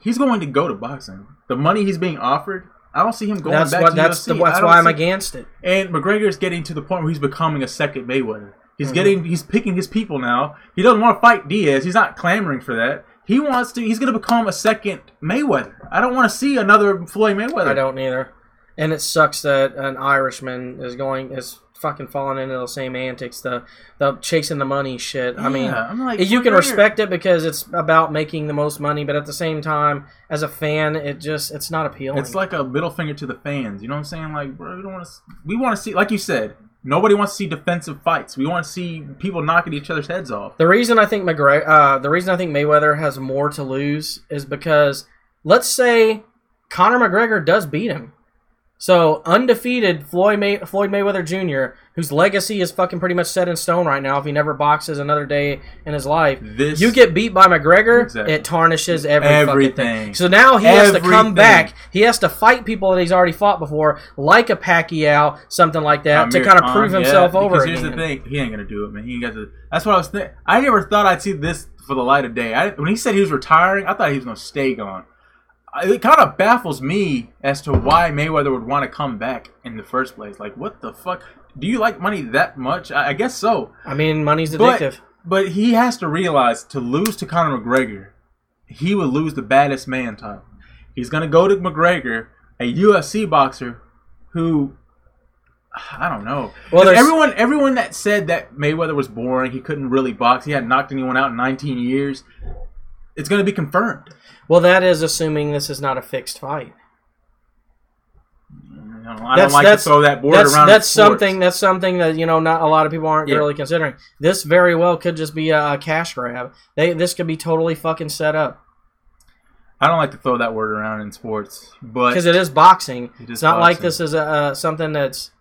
C: He's going to go to boxing. The money he's being offered, I don't see him going
B: That's
C: back
B: what.
C: to
B: That's
C: UFC.
B: the, that's
C: I don't
B: why I'm
C: see-
B: against it.
C: and McGregor's getting to the point where he's becoming a second Mayweather. He's
B: Mm-hmm.
C: getting he's picking his people now. He doesn't want to fight Diaz. He's not clamoring for that. He wants to he's gonna become a second Mayweather. I don't want to see another Floyd Mayweather.
B: I don't either. And it sucks that an Irishman is going is fucking falling into the same antics, the the chasing the money shit. I mean,
C: Yeah, I'm like,
B: you can
C: McGregor-
B: respect it because it's about making the most money, but at the same time, as a fan, it just it's not appealing.
C: It's like a middle finger to the fans. You know what I'm saying? Like, bro, we don't want to. We want to see, like you said, nobody wants to see defensive fights. We want to see people knocking each other's heads off.
B: The reason I think McGregor, uh, the reason I think Mayweather has more to lose is because let's say Conor McGregor does beat him, So undefeated Floyd May- Floyd Mayweather Jr., whose legacy is fucking pretty much set in stone right now. If he never boxes another day in his life,
C: This
B: you get beat by McGregor,
C: Exactly.
B: it tarnishes every fucking thing.
C: everything.
B: So now he has to come
C: Everything.
B: back. He has to fight people that he's already fought before, like a Pacquiao, something like that, to
C: Amir
B: kind of
C: Khan,
B: prove
C: yeah,
B: himself over.
C: Because here's the
B: again.
C: thing, he ain't gonna do it, man. He ain't got to. That's what I was thinking. I never thought I'd see this for the light of day. I, when he said he was retiring, I thought he was gonna stay gone. I- It kind of baffles me as to why Mayweather would want to come back in the first place. Like, what the fuck? Do you like money that much? I, I guess so.
B: I mean, money's
C: But-
B: addictive.
C: But he has to realize to lose to Conor McGregor, he would lose the baddest man title. He's gonna go to McGregor, a UFC boxer, who I don't know.
B: Well,
C: 'Cause
B: there's-
C: everyone, everyone that said that Mayweather was boring, he couldn't really box, he hadn't knocked anyone out in 19 years. It's gonna be confirmed.
B: well, that is assuming this is not a fixed fight.
C: I don't, know, I
B: That's-
C: don't like to
B: that's-
C: throw that board
B: that's
C: around. in
B: that's
C: sports.
B: something. That's something that you know not a lot of people aren't
C: Yeah.
B: really considering. This very well could just be a, a cash grab. They this could be totally fucking set up
C: I don't like to throw that word around in sports, but
B: because it is boxing.
C: It is
B: it's not like
C: boxing.
B: this is a, uh, something that's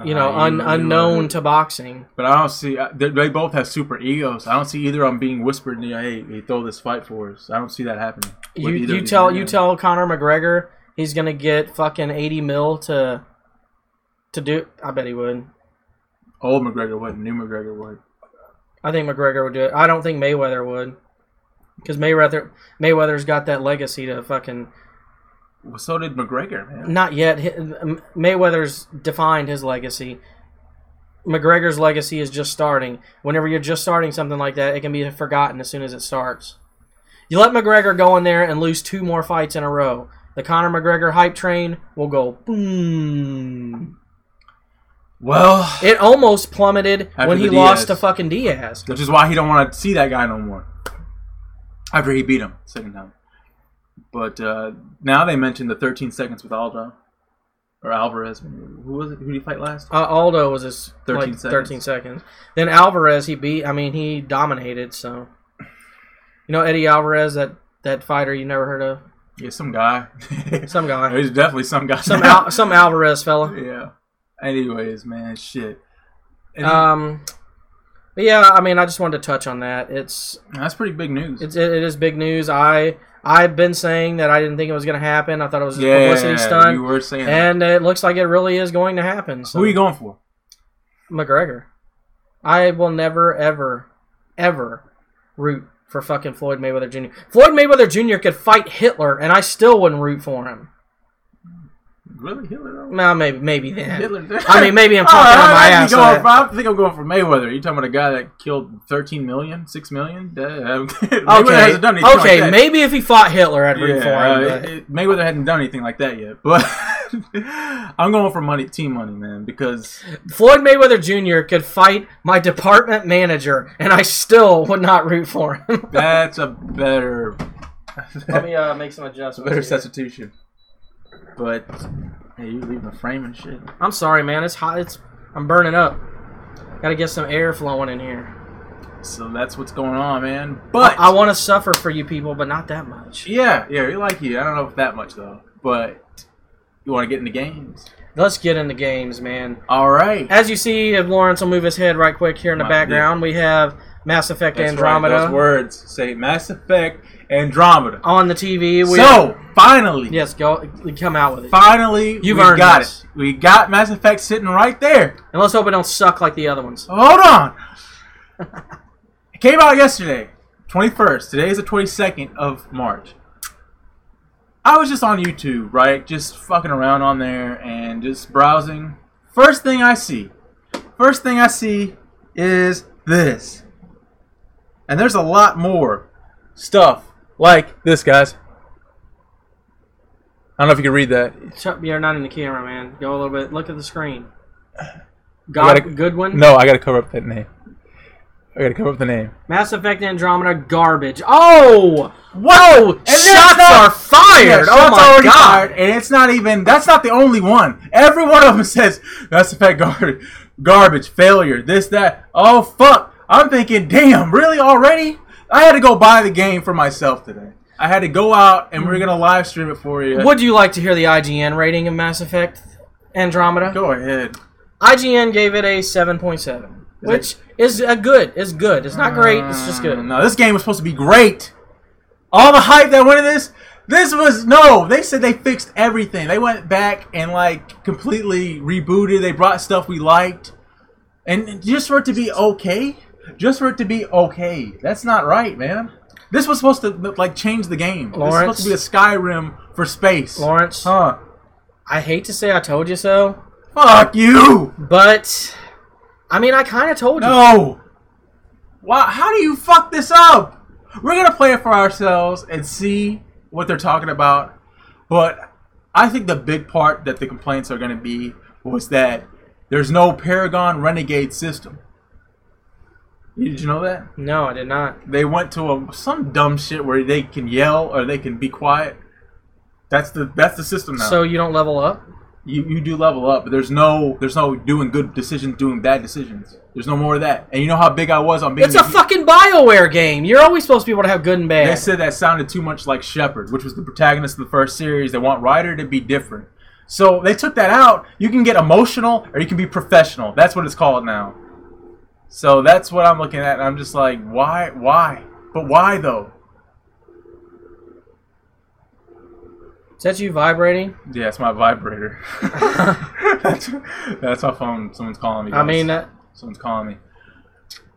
C: Uh,
B: you know un,
C: you-
B: unknown to boxing.
C: But I don't see. I- They they both have super egos. I don't see either of them being whispered, you know, "Hey, hey, throw this fight for us." I don't see that happening.
B: You
C: with either of
B: you
C: these
B: tell
C: men.
B: you tell Conor McGregor he's gonna get fucking eighty mil to to do. I bet he would.
C: old McGregor would, new McGregor would.
B: I think McGregor would do it. I don't think Mayweather would. Because Mayweather Mayweather's got that legacy to fucking
C: Well, so did McGregor, man.
B: not yet. Hi- M- Mayweather's defined his legacy. McGregor's legacy is just starting. Whenever you're just starting something like that, it can be forgotten as soon as it starts. You let McGregor go in there and lose two more fights in a row. The Conor McGregor hype train will go boom.
C: Well,
B: It almost plummeted
C: After
B: when he
C: the
B: lost to
C: Diaz.
B: fucking Diaz.
C: which is why he don't want to see that guy no more. After he beat him second time. But uh, now they mentioned the 13 seconds with Aldo or Alvarez. Who was it? Who did he fight last?
B: Uh, Aldo was his
C: 13
B: like,
C: seconds.
B: 13 seconds. Then Alvarez, he beat. I mean, he dominated. So, you know, Eddie Alvarez, that that fighter you never heard of,
C: Yeah, some guy.
B: some guy,
C: He's definitely some guy.
B: some Al- some Alvarez fella.
C: yeah. Anyways, man, shit. And he-
B: Um, but yeah, I mean, I just wanted to touch on that. It's
C: that's pretty big news.
B: it's it, it is big news. I I've been saying that I didn't think it was gonna happen. I thought it was just a
C: yeah,
B: publicity
C: you
B: stunt,
C: were saying. that.
B: and it looks like it really is going to happen. So.
C: Who are you going for?
B: McGregor. I will never, ever, ever root for fucking Floyd Mayweather Jr. Floyd Mayweather Jr. could fight Hitler, and I still wouldn't root for him.
C: Really, Hitler? though?
B: Well, maybe, maybe then.
C: Hitler.
B: I mean, maybe I'm talking
C: Alright,
B: on my
C: I
B: ass.
C: think I'm
B: I-
C: going for- I think I'm going for Mayweather. You talking about a guy that killed 13 million, 6 million? Damn. Mayweather
B: Okay,
C: hasn't done anything
B: okay,
C: like that.
B: maybe if he fought Hitler, I'd root
C: Yeah,
B: for
C: uh,
B: him.
C: it-
B: but-
C: it- Mayweather hadn't done anything like that yet, but I'm going for money, team money, man, because
B: Floyd Mayweather Jr. could fight my department manager, and I still would not root for him.
C: that's a better,
B: Let me uh, make some adjustments.
C: better
B: here.
C: substitution. But hey, you leaving the frame and shit.
B: I'm sorry, man. It's hot. It's I'm burning up. Got to get some air flowing in here.
C: So that's what's going on, man. But
B: I want to suffer for you people, but not that much.
C: Yeah, yeah, we like you. I don't know if that much though, but you want to get in the games.
B: Let's get into games, man.
C: All right.
B: As you see, if Lawrence will move his head right quick here in the
C: My
B: background, we have Mass Effect
C: That's
B: Andromeda
C: Right, those words say Mass Effect Andromeda.
B: on the TV. We
C: so finally,
B: yes, go come out with it,
C: finally,
B: You've
C: we
B: earned
C: got
B: this.
C: it. We got Mass Effect sitting right there.
B: and let's hope it don't suck like the other ones.
C: Hold on. it came out yesterday, 21st. Today is the 22nd of March. I was just on YouTube, right? Just fucking around on there and just browsing. First thing I see, first thing I see is this. And there's a lot more stuff like this, guys. I don't know if you can read that.
B: Chuck, You're not in the camera, man. Go a little bit. Look at the screen. God,
C: gotta-
B: Goodwin.
C: No, I gotta cover up that name. I gotta cover up the name.
B: Mass Effect Andromeda garbage. Oh,
C: Whoa!
B: shots are fired!
C: Yeah,
B: Oh
C: shots
B: my
C: already
B: God.
C: fired, and it's not even. That's not the only one. Every one of them says that's the fact. Garbage, garbage, failure. This, that. Oh fuck! I'm thinking, damn, really already? I had to go buy the game for myself today. I had to go out and we're gonna live stream it for you.
B: Would you like to hear the IGN rating of Mass Effect Andromeda?
C: Go ahead.
B: IGN gave it a 7.7, which is a good. It's good. It's not great. It's just good.
C: Mm, No, this game was supposed to be great. All the hype that went into this, this was no. They said they fixed everything. They went back and like completely rebooted. They brought stuff we liked, and just for it to be okay, just for it to be okay, that's not right, man. This was supposed to like change the
B: Lawrence?
C: game. This was supposed to be a Skyrim for space.
B: Lawrence,
C: Huh?
B: I hate to say I told you so,
C: Fuck you!
B: but I mean I kind of told you.
C: No. Wow, how do you fuck this up? We're gonna play it for ourselves and see what they're talking about. But I think the big part that the complaints are gonna be was that there's no Paragon Renegade system. Did you know that?
B: No, I did not.
C: They went to a, some dumb shit where they can yell or they can be quiet. That's the that's the system now.
B: So you don't level up?
C: you, you do level up, but there's no there's no doing good decisions, doing bad decisions. There's no more of that. And you know how big I was on being
B: It's
C: the
B: a fucking BioWare game. You're always supposed to be able to have good and
C: They
B: bad.
C: said that sounded too much like Shepard, which was the protagonist of the first series. They want Ryder to be different. So they took that out. You can get emotional or you can be professional. That's what it's called now. So that's what I'm looking at. And I'm just like, why? Why? But why though?
B: Is that you vibrating?
C: Yeah, it's my vibrator. that's, that's my phone. Someone's calling me.
B: I
C: guys.
B: mean, that,
C: someone's calling me.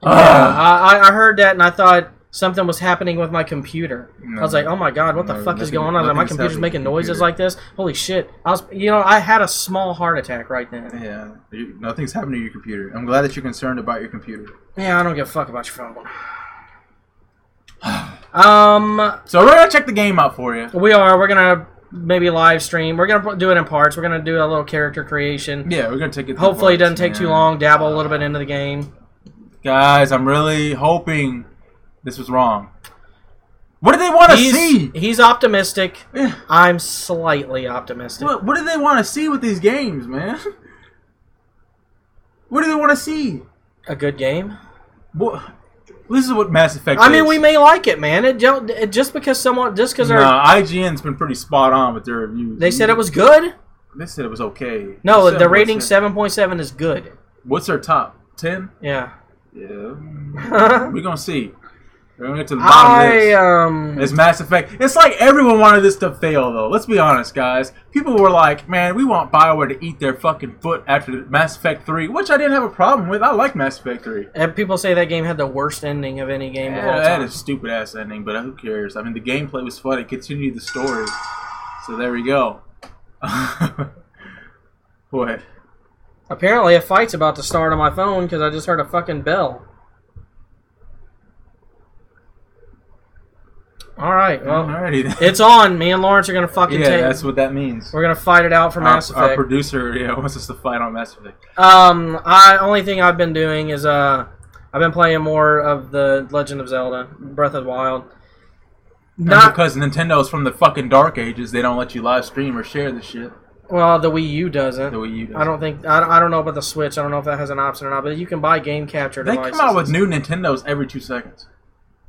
C: Ah.
B: I, I- I heard that and I thought something was happening with my computer. I was
C: No.
B: like, oh my god, what the
C: No,
B: fuck is
C: nothing-
B: going on? My
C: nothing's
B: computer's
C: happening
B: making
C: with
B: noises
C: computer.
B: like this. Holy shit! I was, you know, I had a small heart attack right then.
C: Yeah, you- nothing's happened to your computer. I'm glad that you're concerned about your computer.
B: Yeah, I don't give a fuck about your phone. um,
C: So we're gonna check the game out for you.
B: we are. We're gonna maybe live stream. We're gonna do it in parts. We're gonna do a little character creation.
C: Yeah, we're gonna take it. through
B: Hopefully, it
C: parts,
B: doesn't take too
C: man.
B: long. Dabble a little bit into the game.
C: guys. I'm really hoping this was wrong. What do they want to see?
B: He's, he's optimistic.
C: Yeah.
B: I'm slightly optimistic.
C: What, what do they want to see with these games, man? What do they want to see?
B: A good game.
C: What, this is what Mass Effect.
B: I mean,
C: is.
B: we may like it, man. It don't it, just because someone just because
C: No,
B: they're
C: IGN's been pretty spot on with their reviews.
B: they said it was good.
C: They said it was okay.
B: No,
C: They said
B: the
C: what's
B: rating
C: their-
B: seven point seven is good.
C: What's their top ten?
B: Yeah,
C: Yeah.
B: I
C: We're gonna see. We're gonna get to the bottom of this.
B: um,
C: It's Mass Effect. It's like everyone wanted this to fail, though. Let's be honest, guys. People were like, "Man, we want Bioware to eat their fucking foot after Mass Effect 3," which I didn't have a problem with. I like Mass Effect 3.
B: and people say that game had the worst ending of any game of all
C: Yeah, that
B: time.
C: is stupid ass ending, but who cares? I mean, the gameplay was fun. It continued the story, so there we go. what?
B: Apparently, a fight's about to start on my phone because I just heard a fucking bell. All right, well,
C: Alrighty. Then.
B: it's on. Me and Lawrence are gonna fucking
C: yeah,
B: take.
C: that's what that means.
B: We're gonna fight it out for
C: Our-
B: Mass
C: our
B: Effect.
C: producer yeah, wants us to fight on Mass Effect.
B: Um, I only thing I've been doing is uh, I've been playing more of the Legend of Zelda, Breath of the Wild.
C: And
B: Not
C: because Nintendo's from the fucking dark ages, they don't let you live stream or share the shit
B: well, the Wii U
C: the
B: doesn't.
C: way you do.
B: I don't think I don't, I don't know about the Switch. I don't know if that has an option or not, but you can buy game capture
C: They
B: devices.
C: come out with new Nintendos every two seconds.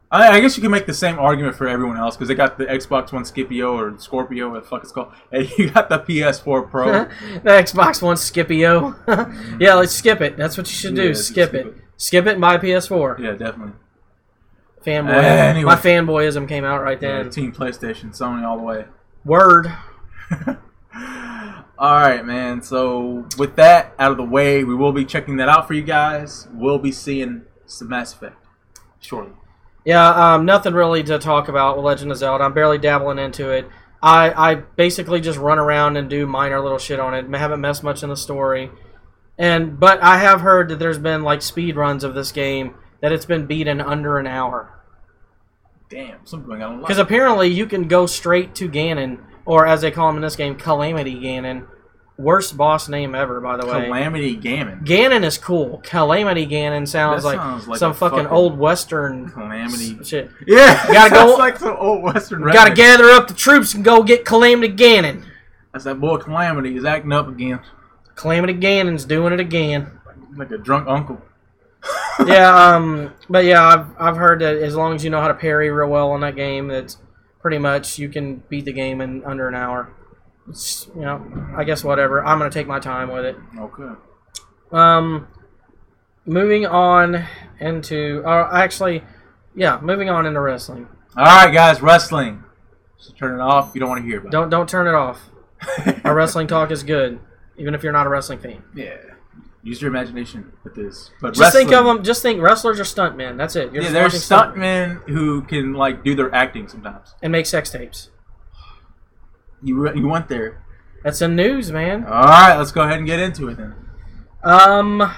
C: I, I guess you can make the same argument for everyone else because they got the Xbox One Scipio or Scorpio, what the fuck it's called, and you got the PS4 Pro.
B: the Xbox One Skippio. yeah, let's skip it. That's what you should do.
C: Yeah, just
B: skip,
C: skip
B: it.
C: it.
B: Skip it and buy a PS4.
C: Yeah, definitely.
B: Fanboy.
C: Anyway.
B: My fanboyism came out right
C: Yeah,
B: then.
C: Team PlayStation, Sony all the way.
B: Word.
C: All right, man. So with that out of the way, we will be checking that out for you guys. We'll be seeing some Mass Effect shortly.
B: Yeah, um, nothing really to talk about with Legend of Zelda. I'm barely dabbling into it. I, I basically just run around and do minor little shit on it. I haven't messed much in the story. And but I have heard that there's been like speed runs of this game that it's been beat in under an hour.
C: Damn, something I don't like.
B: Because apparently you can go straight to Ganon, or as they call him in this game, Calamity Ganon. Worst boss name ever, by the way.
C: Calamity Gammon.
B: Ganon is cool. Calamity Ganon sounds,
C: That
B: like,
C: sounds like
B: some
C: a
B: fucking,
C: fucking-
B: old western
C: Calamity.
B: shit.
C: Yeah,
B: gotta go-
C: sounds like some old Western.
B: Gotta
C: reference.
B: gather up the troops and go get Calamity Ganon.
C: That's that boy Calamity. He's acting up again
B: Calamity Ganon's doing it again.
C: like a drunk uncle.
B: yeah, um, but yeah, I've, I've heard that as long as you know how to parry real well in that game, that's pretty much you can beat the game in under an hour. It's, you know, I guess whatever. I'm gonna take my time with it.
C: Okay.
B: Um, moving on into, uh, actually, yeah, moving on into wrestling.
C: All right, guys, wrestling. So turn it off. if You don't want to hear about
B: Don't don't turn it off.
C: it.
B: Our wrestling talk is good, even if you're not a wrestling fan.
C: yeah. Use your imagination with this. But
B: Just think of
C: wrestling-
B: them. Just think, wrestlers are stuntmen. That's it. You're
C: Yeah,
B: just
C: there's
B: watching stunt-
C: stuntmen who can like do their acting sometimes.
B: and make sex tapes.
C: You re- you went there.
B: That's the news, man.
C: All right, let's go ahead and get into it then.
B: Um,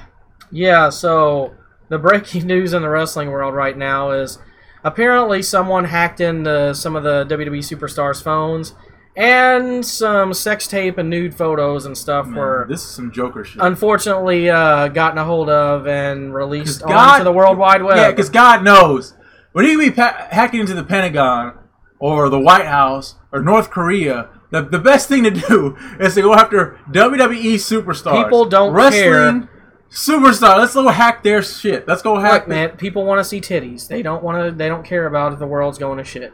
B: yeah. So the breaking news in the wrestling world right now is apparently someone hacked into some of the WWE superstars' phones, and some sex tape and nude photos and stuff
C: Man,
B: were
C: this is some Joker shit.
B: unfortunately uh, gotten a hold of and released
C: 'Cause God-
B: onto the World Wide Web.
C: Yeah, because God knows when you be pa- hacking into the Pentagon or the White House or North Korea, the, the best thing to do is to go after WWE superstars.
B: People don't
C: wrestling superstar. Let's go hack their shit. Let's go hack
B: Look, man, people want to see titties. They don't want to. They don't care about if the world's going to shit.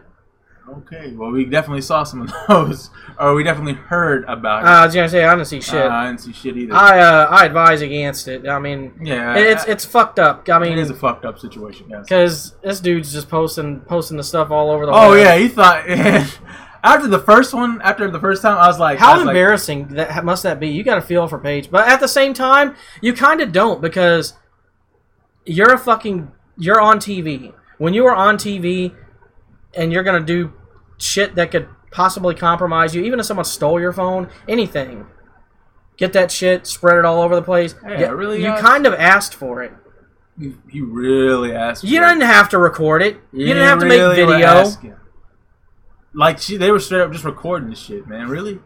C: Okay, well we definitely saw some of those, or we definitely heard about
B: Uh, I was gonna say I don't see
C: it.
B: shit.
C: Uh, I didn't see shit either.
B: I uh, I advise against it. I mean,
C: yeah,
B: it's
C: I-
B: it's fucked up. I
C: it is a
B: mean,
C: fucked up situation, guys.
B: because this dude's just posting posting the stuff all over the.
C: Oh
B: web.
C: yeah, he thought after the first one, after the first time, I was like, I
B: How
C: was like,
B: embarrassing that must that be? You got to feel for Paige, but at the same time, you kind of don't because you're a fucking you're on TV. When you are on TV and you're gonna do shit that could possibly compromise you, even if someone stole your phone, anything, get that shit, spread it all over the place.
C: Yeah,
B: Get-
C: really,
B: You
C: guys?
B: kind of asked for it.
C: You, you really asked.
B: You
C: for it.
B: didn't have to record it. You didn't have to
C: really
B: make
C: were
B: video.
C: asking. Like she, they were straight up just recording this shit, man. Really.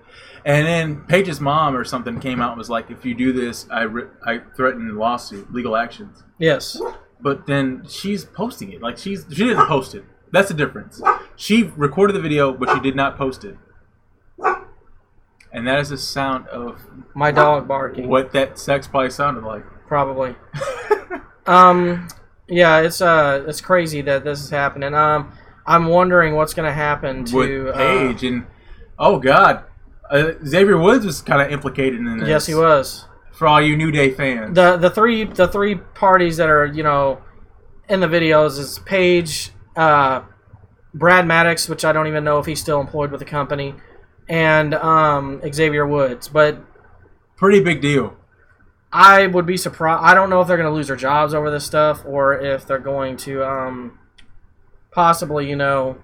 C: And then Paige's mom or something came out and was like, "If you do this, I re- I threaten lawsuit, legal actions."
B: Yes.
C: But then she's posting it. Like she's she didn't post it. That's the difference. She recorded the video, but she did not post it. And that is the sound of
B: My dog barking.
C: what that sex probably sounded like.
B: probably. um, yeah, it's uh, it's crazy that this is happening. Um, I'm wondering what's gonna happen to
C: with
B: uh,
C: Paige and oh god, uh, Xavier Woods was kind of implicated in this.
B: yes, he was.
C: For all you New Day fans,
B: the The three the three parties that are you know in the videos is Paige, uh, Brad Maddox, which I don't even know if he's still employed with the company, and um, Xavier Woods. But
C: pretty big deal.
B: I would be surprised. I don't know if they're going to lose their jobs over this stuff, or if they're going to um, possibly, you know,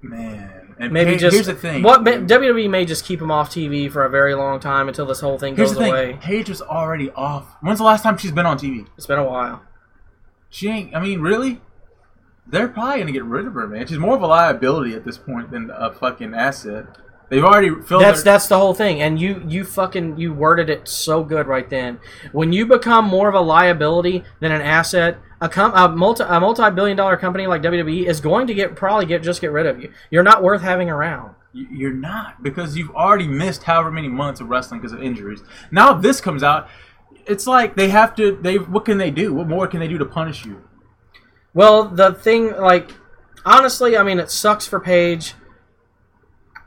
C: Man, and
B: maybe
C: Paige-
B: just
C: here's the thing.
B: What ma- WWE E may just keep him off TV for a very long time until this whole thing
C: here's
B: goes
C: the thing.
B: away.
C: Paige was already off. When's the last time she's been on TV?
B: It's been a while.
C: She ain't. I mean, really. They're probably gonna get rid of her, man. She's more of a liability at this point than a fucking asset. They've already filled.
B: That's
C: their,
B: that's the whole thing, and you you fucking you worded it so good right then. When you become more of a liability than an asset, a com- a multi a multi billion dollar company like WWE is going to get probably get just get rid of you. You're not worth having around.
C: You- You're not because you've already missed however many months of wrestling because of injuries. Now this comes out. It's like they have to. They what can they do? What more can they do to punish you?
B: Well, the thing, like, honestly, I mean, it sucks for Paige.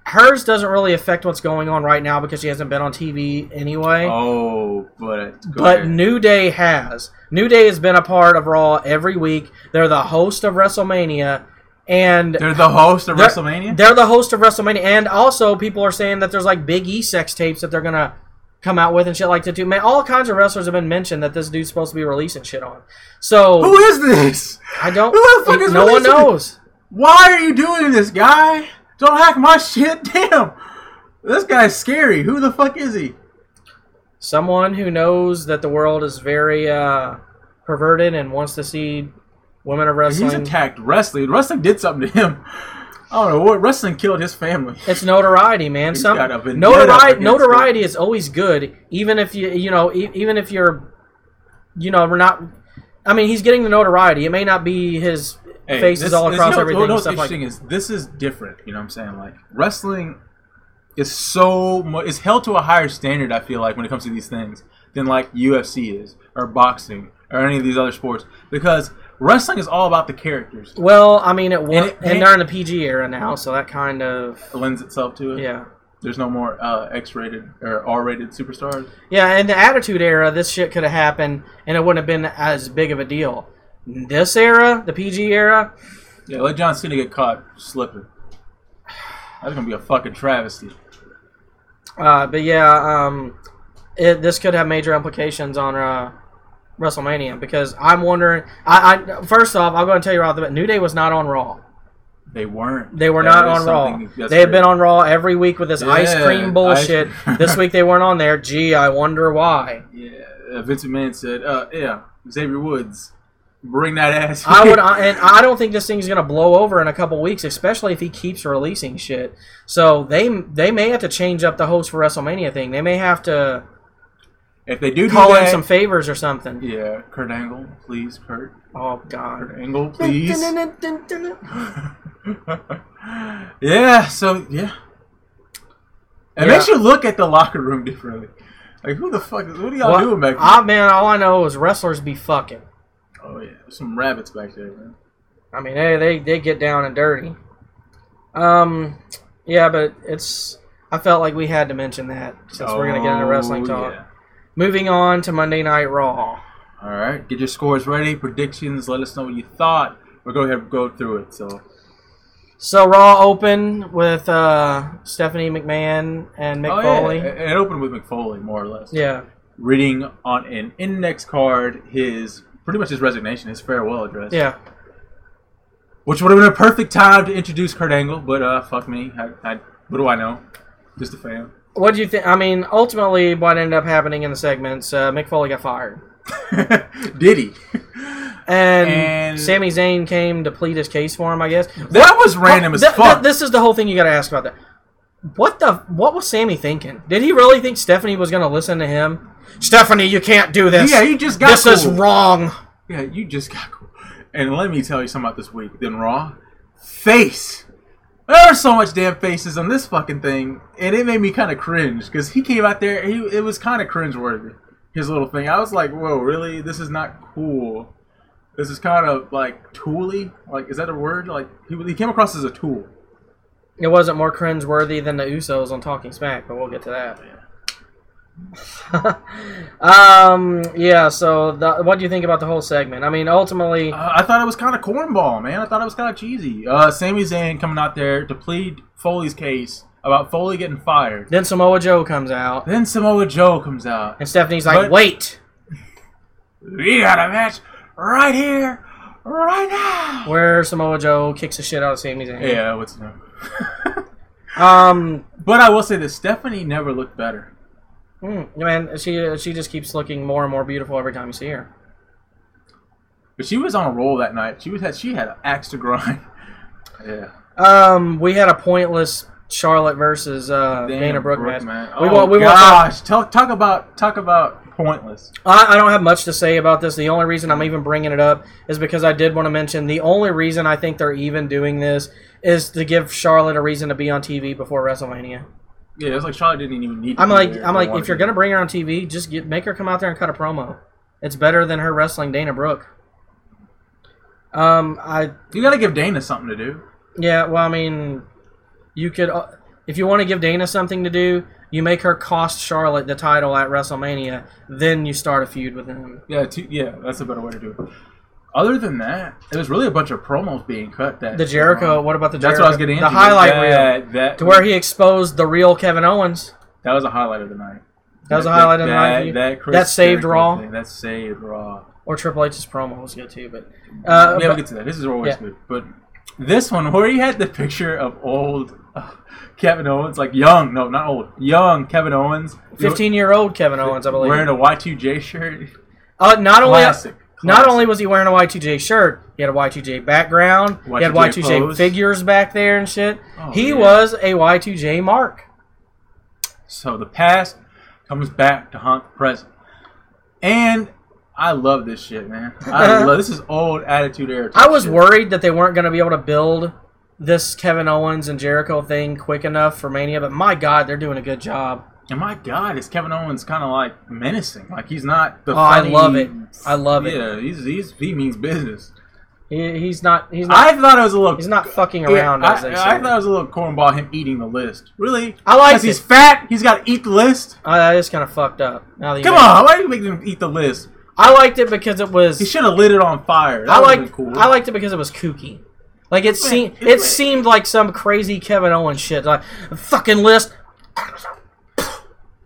B: Hers doesn't really affect what's going on right now because she hasn't been on TV anyway.
C: Oh, but go
B: but
C: ahead.
B: New Day has. New Day has been a part of Raw every week. They're the host of WrestleMania, and
C: they're the host of
B: they're-
C: WrestleMania.
B: They're the host of WrestleMania, and also people are saying that there's like Big E sex tapes that they're gonna come out with and shit like that too. Man, all kinds of wrestlers have been mentioned that this dude's supposed to be releasing shit on. So
C: Who is this?
B: I don't.
C: who the fuck is
B: no one
C: releasing it?
B: knows.
C: Why are you doing this, guy? Don't hack my shit, damn. This guy's scary. Who the fuck is he?
B: someone who knows that the world is very uh, perverted and wants to see women of
C: He's
B: wrestling.
C: attacked wrestling. Wrestling did something to him. I don't know what wrestling killed his family.
B: it's notoriety, man. Some
C: got a vendetta
B: notoriety,
C: against
B: notoriety is always good, even if you you know e- even if you're you know we're not. I mean, he's getting the notoriety. It may not be his
C: Hey,
B: face is
C: this-
B: all
C: this-
B: across
C: you know,
B: everything.
C: You
B: and
C: know what's
B: stuff like
C: interesting is this is different. You know what I'm saying? Like wrestling is so much is held to a higher standard. I feel like when it comes to these things than like UFC is or boxing or any of these other sports because wrestling is all about the characters.
B: Well, I mean, it was, and,
C: it- and it-
B: they're in the PG era now, so that kind of
C: It lends itself to it.
B: yeah,
C: There's no more uh, X-rated or R-rated superstars.
B: yeah. In the Attitude era, this shit could have happened, and it wouldn't have been as big of a deal. This era, the PG era,
C: Yeah, let John Cena get caught slipping. That's gonna be a fucking travesty.
B: uh, but yeah, um, it, this could have major implications on uh, WrestleMania because I'm wondering. I, I first off, I'll go and tell you right off the bat, New Day was not on Raw.
C: They weren't.
B: They were not
C: That is
B: on Raw.
C: something that's
B: They have been
C: great.
B: on Raw every week with this ice
C: Yeah,
B: cream
C: ice-
B: bullshit. this week they weren't on there. Gee, I wonder why.
C: Yeah, uh, Vince McMahon said, uh, "Yeah, Xavier Woods, bring that ass."
B: I
C: here."
B: would, I, and I don't think this thing's gonna blow over in a couple weeks, especially if he keeps releasing shit. So they they may have to change up the host for WrestleMania thing. They may have to
C: if they do
B: call
C: do
B: in
C: that,
B: some favors or something.
C: Yeah, Kurt Angle, please, Kurt.
B: Oh God.
C: Kurt Angle, please. yeah. So yeah, it
B: Yeah.
C: makes you look at the locker room differently. Like, who the fuck? Is, what are y'all
B: Well,
C: doing back there?
B: Ah man, all I know is wrestlers be fucking.
C: oh yeah, there's some rabbits back there, man.
B: I mean, they they, they get down and dirty. Um, yeah, but it's. I felt like we had to mention that since we're gonna get into wrestling
C: Oh,
B: talk.
C: yeah.
B: Moving on to Monday Night Raw.
C: All right, get your scores ready, predictions. Let us know what you thought. We're going to have go through it. So
B: So Raw opened with uh, Stephanie McMahon and Mick
C: Oh, yeah,
B: Foley.
C: it- It opened with McFoley, more or less.
B: Yeah.
C: Reading on an index card his pretty much his resignation, his farewell address.
B: yeah,
C: Which would have been a perfect time to introduce Kurt Angle, but uh, fuck me. I, I, what do I know? Just a fan.
B: What do you think? I mean, ultimately, what ended up happening in the segments? Uh, Mick Foley got fired,
C: Diddy.
B: and,
C: And-
B: Sami Zayn came to plead his case for him. I guess
C: That was random as
B: Oh, Th- th-
C: fuck.
B: this is the whole thing you got to ask about that. What the? What was Sammy thinking? Did he really think Stephanie was going to listen to him? Stephanie, you can't do this.
C: yeah, you just got
B: this
C: cool.
B: is wrong.
C: Yeah, you just got cool. And let me tell you something about this week. Then Raw, face. There were so much damn faces on this fucking thing, and it made me kind of cringe because he came out there. He it was kind of cringeworthy. His little thing. I was like, whoa, really? This is not cool. This is kind of like tooly. Like, is that a word? Like, he he came across as a tool.
B: It wasn't more cringeworthy than the Usos on Talking Smack, but we'll get to that. um. Yeah. So, the, what do you think about the whole segment? I mean, ultimately,
C: Uh, I thought it was kind of cornball, man. I thought it was kind of cheesy. Uh, Sami Zayn coming out there to plead Foley's case about Foley getting fired.
B: then Samoa Joe comes out,
C: Then Samoa Joe comes out.
B: and Stephanie's like,
C: But-
B: "Wait,
C: We got a match right here, right now.
B: where Samoa Joe kicks the shit out of Sami Zayn."
C: Yeah, what's new?
B: Um.
C: But I will say this: Stephanie never looked better.
B: mm, man, she she just keeps looking more and more beautiful every time you see her.
C: But she was on a roll that night. She was had she had an axe to grind. Yeah,
B: Um, we had a pointless Charlotte versus uh,
C: Damn,
B: Dana Brooke, match.
C: man.
B: We
C: oh
B: won't. We won't talk-
C: gosh, talk talk about talk about pointless.
B: I, I don't have much to say about this. The only reason I'm even bringing it up is because I did want to mention the only reason I think they're even doing this is to give Charlotte a reason to be on TV before WrestleMania.
C: Yeah, it's like Charlotte didn't even need. To
B: I'm
C: be
B: like,
C: there.
B: I'm
C: They
B: like,
C: wanted
B: if you're
C: to.
B: gonna bring her on TV, just get, make her come out there and cut a promo. It's better than her wrestling Dana Brooke. Um, I
C: you gotta give Dana something to do.
B: Yeah, well, I mean, you could uh, if you want to give Dana something to do, you make her cost Charlotte the title at WrestleMania, then you start a feud with him.
C: Yeah, two, yeah, that's a better way to do it. Other than that, it was really a bunch of promos being cut. That
B: The Jericho, what about the Jericho?
C: That's what I was getting
B: The
C: into.
B: highlight
C: that,
B: reel
C: That,
B: to where he exposed the real Kevin Owens.
C: That was a highlight of the night.
B: That was a highlight of the night for you?
C: That, Chris
B: That saved
C: Jericho
B: Raw?
C: thing, That saved Raw.
B: Or Triple H's promo was good too, but uh,
C: yeah, we'll
B: but-
C: get to that. This is always
B: yeah.
C: good. But this one, where he had the picture of old uh, Kevin Owens, like young, no, not old, young Kevin Owens. you know,
B: fifteen-year-old Kevin Owens, I believe.
C: Wearing a Y2J shirt.
B: uh, not only
C: Classic.
B: not
C: Classic.
B: only was he wearing a Y2J shirt, he had a Y2J background, he had
C: Y2J
B: Y2J
C: pose.
B: figures back there and shit.
C: Oh,
B: he
C: yeah.
B: was a Y2J mark.
C: So the past comes back to haunt the present. And I love this shit, man. I love this is old attitude era. type
B: I was
C: shit.
B: worried that they weren't going to be able to build this Kevin Owens and Jericho thing quick enough for Mania, but my God, they're doing a good job.
C: And my God, is Kevin Owens kind of like menacing? Like he's not the.
B: Oh, I
C: funny-
B: love it. I love it.
C: Yeah, he's he's he means business.
B: He, he's not. He's not.
C: I thought it was a little.
B: he's not fucking
C: Yeah,
B: around.
C: I,
B: as they say.
C: I thought it was a little cornball him eating the list. Really?
B: I liked
C: Because he's
B: it.
C: fat. He's got to eat the list.
B: Uh, that is kind of fucked up. Now that you
C: Come
B: mention-
C: on, why do you make them eat the list?
B: I liked it because it was.
C: He should have lit it on fire. That
B: I
C: would've
B: liked.
C: been cool.
B: I liked it because it was kooky. Like it seemed.
C: it-
B: It seemed like some crazy Kevin Owens shit. Like fucking list.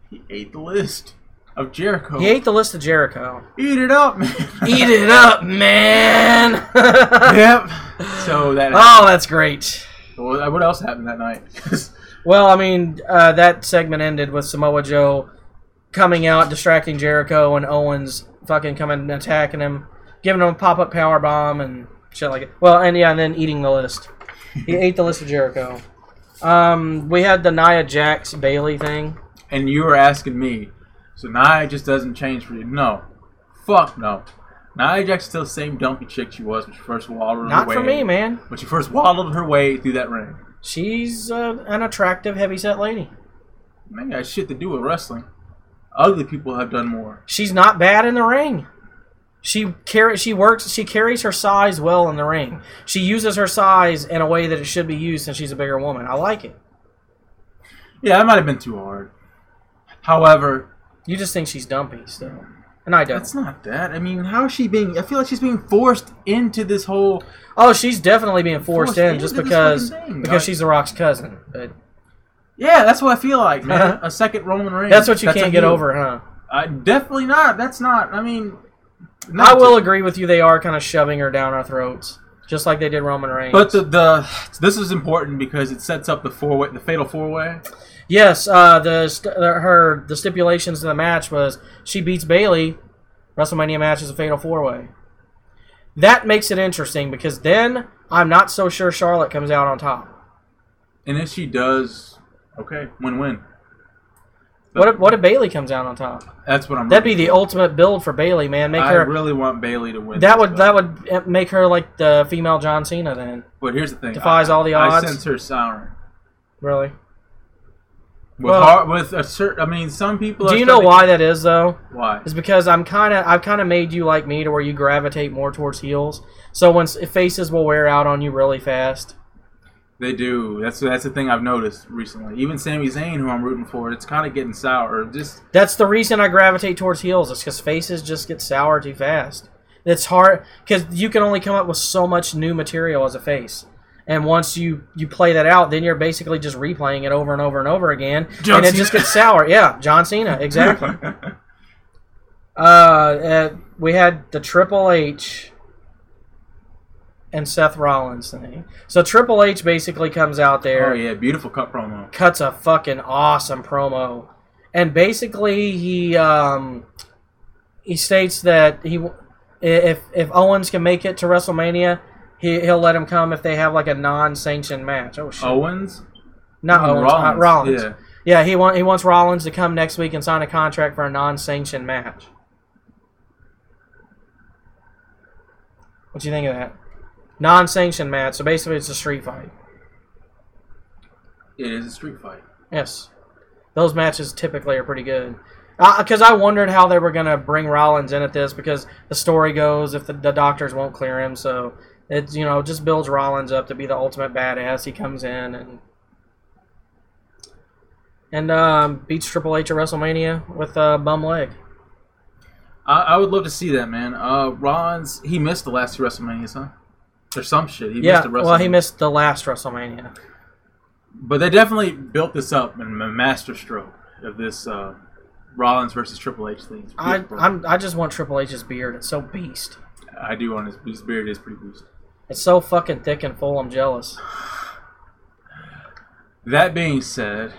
C: He ate the list of Jericho.
B: He ate the list of Jericho.
C: Eat it up, man.
B: Eat it up, man.
C: yep. So that.
B: oh, that's great.
C: Well, What else happened that night? 'Cause
B: Well, I mean, uh, that segment ended with Samoa Joe coming out, distracting Jericho, and Owens fucking coming and attacking him, giving him a pop up power bomb and shit like it. Well, and yeah, and then eating the list. He ate the list of Jericho. Um, we had the Nia Jax Bailey thing.
C: and you were asking me, so Nia just doesn't change for you. No. Fuck no. Nia Jax is still the same dumpy chick she was when she first waddled her
B: Not
C: way.
B: for me, man.
C: When she first waddled her way through that ring.
B: She's uh, an attractive, heavyset lady.
C: Man, got shit to do with wrestling. Ugly people have done more.
B: She's not bad in the ring. She carry, she works she carries her size well in the ring. She uses her size in a way that it should be used since she's a bigger woman. I like it.
C: Yeah, that might have been too hard. However,
B: You just think she's dumpy still. And I don't.
C: that's not that. I mean, how is she being? I feel like she's being forced into this whole.
B: Oh, she's definitely being forced,
C: Forced
B: in just
C: into this
B: because
C: fucking thing.
B: because
C: I-
B: she's the Rock's cousin. But
C: Yeah, that's what I feel like, man. a second Roman Reigns.
B: Uh-huh. that's what you
C: a
B: can't get
C: heel.
B: over, huh?
C: I definitely not. That's not. I mean,
B: I
C: not
B: will agree with you. They are kind of shoving her down our throats, just like they did Roman Reigns.
C: But the, the this is important because it sets up the four way, the fatal four way.
B: Yes, uh, the st- uh, her the stipulations of the match was she beats Bailey. WrestleMania match is a fatal four way. That makes it interesting because then I'm not so sure Charlotte comes out on top.
C: And if she does, okay, win win.
B: What if, what if Bailey comes out on top?
C: That's what I'm.
B: That'd be the ultimate build for Bailey, man. Make
C: I
B: her
C: really want Bailey to win.
B: that
C: this,
B: would
C: but-
B: that would uh, make her like the female John Cena then.
C: But here's the thing.
B: Defies
C: I,
B: all the
C: I
B: odds.
C: sense her souring.
B: Really?
C: With,
B: Well-
C: har with a certain, I mean, some people.
B: Do
C: are
B: you know
C: starting-
B: why that is though?
C: Why?
B: is because I'm kind of I've kind of made you like me to where you gravitate more towards heels. So when s- faces will wear out on you really fast.
C: They do. That's that's the thing I've noticed recently. Even Sami Zayn, who I'm rooting for, it's kind of getting sour. Just
B: That's the reason I gravitate towards heels. It's because faces just get sour too fast. It's hard because you can only come up with so much new material as a face. And once you you play that out, then you're basically just replaying it over and over and over again,
C: John
B: and it
C: Cena.
B: just gets sour. Yeah, John Cena, exactly. uh, uh, we had the Triple H and Seth Rollins thing. So Triple H basically comes out there
C: oh yeah, beautiful cut promo.
B: cuts a fucking awesome promo, and basically he um, he states that he w- if if Owens can make it to WrestleMania, he he'll let him come if they have like a non-sanctioned match. Oh shit,
C: Owens,
B: not
C: Oh,
B: Owens, Rollins. Rollins.
C: Yeah,
B: Yeah, he want, he wants Rollins to come next week and sign a contract for a non-sanctioned match. What do you think of that? Non-sanctioned match. So basically, it's a street fight.
C: it is a street fight.
B: Yes, those matches typically are pretty good. Because I wondered how they were gonna bring Rollins in at this because the story goes if the, the doctors won't clear him, so it's you know just builds Rollins up to be the ultimate badass. He comes in and and um, beats Triple H at WrestleMania with a bum leg.
C: I, I would love to see that, man. Uh, Rollins, he missed the last two WrestleManias, huh? Or some shit. He
B: yeah,
C: missed the WrestleMania.
B: well he missed the last WrestleMania.
C: But they definitely built this up in a master stroke of this uh, Rollins versus Triple H thing. It's
B: I
C: beautiful.
B: I'm, I just want Triple H's beard. It's so beast.
C: I do on his, his beard is pretty loose.
B: It's so fucking thick and full. I'm jealous.
C: That being said,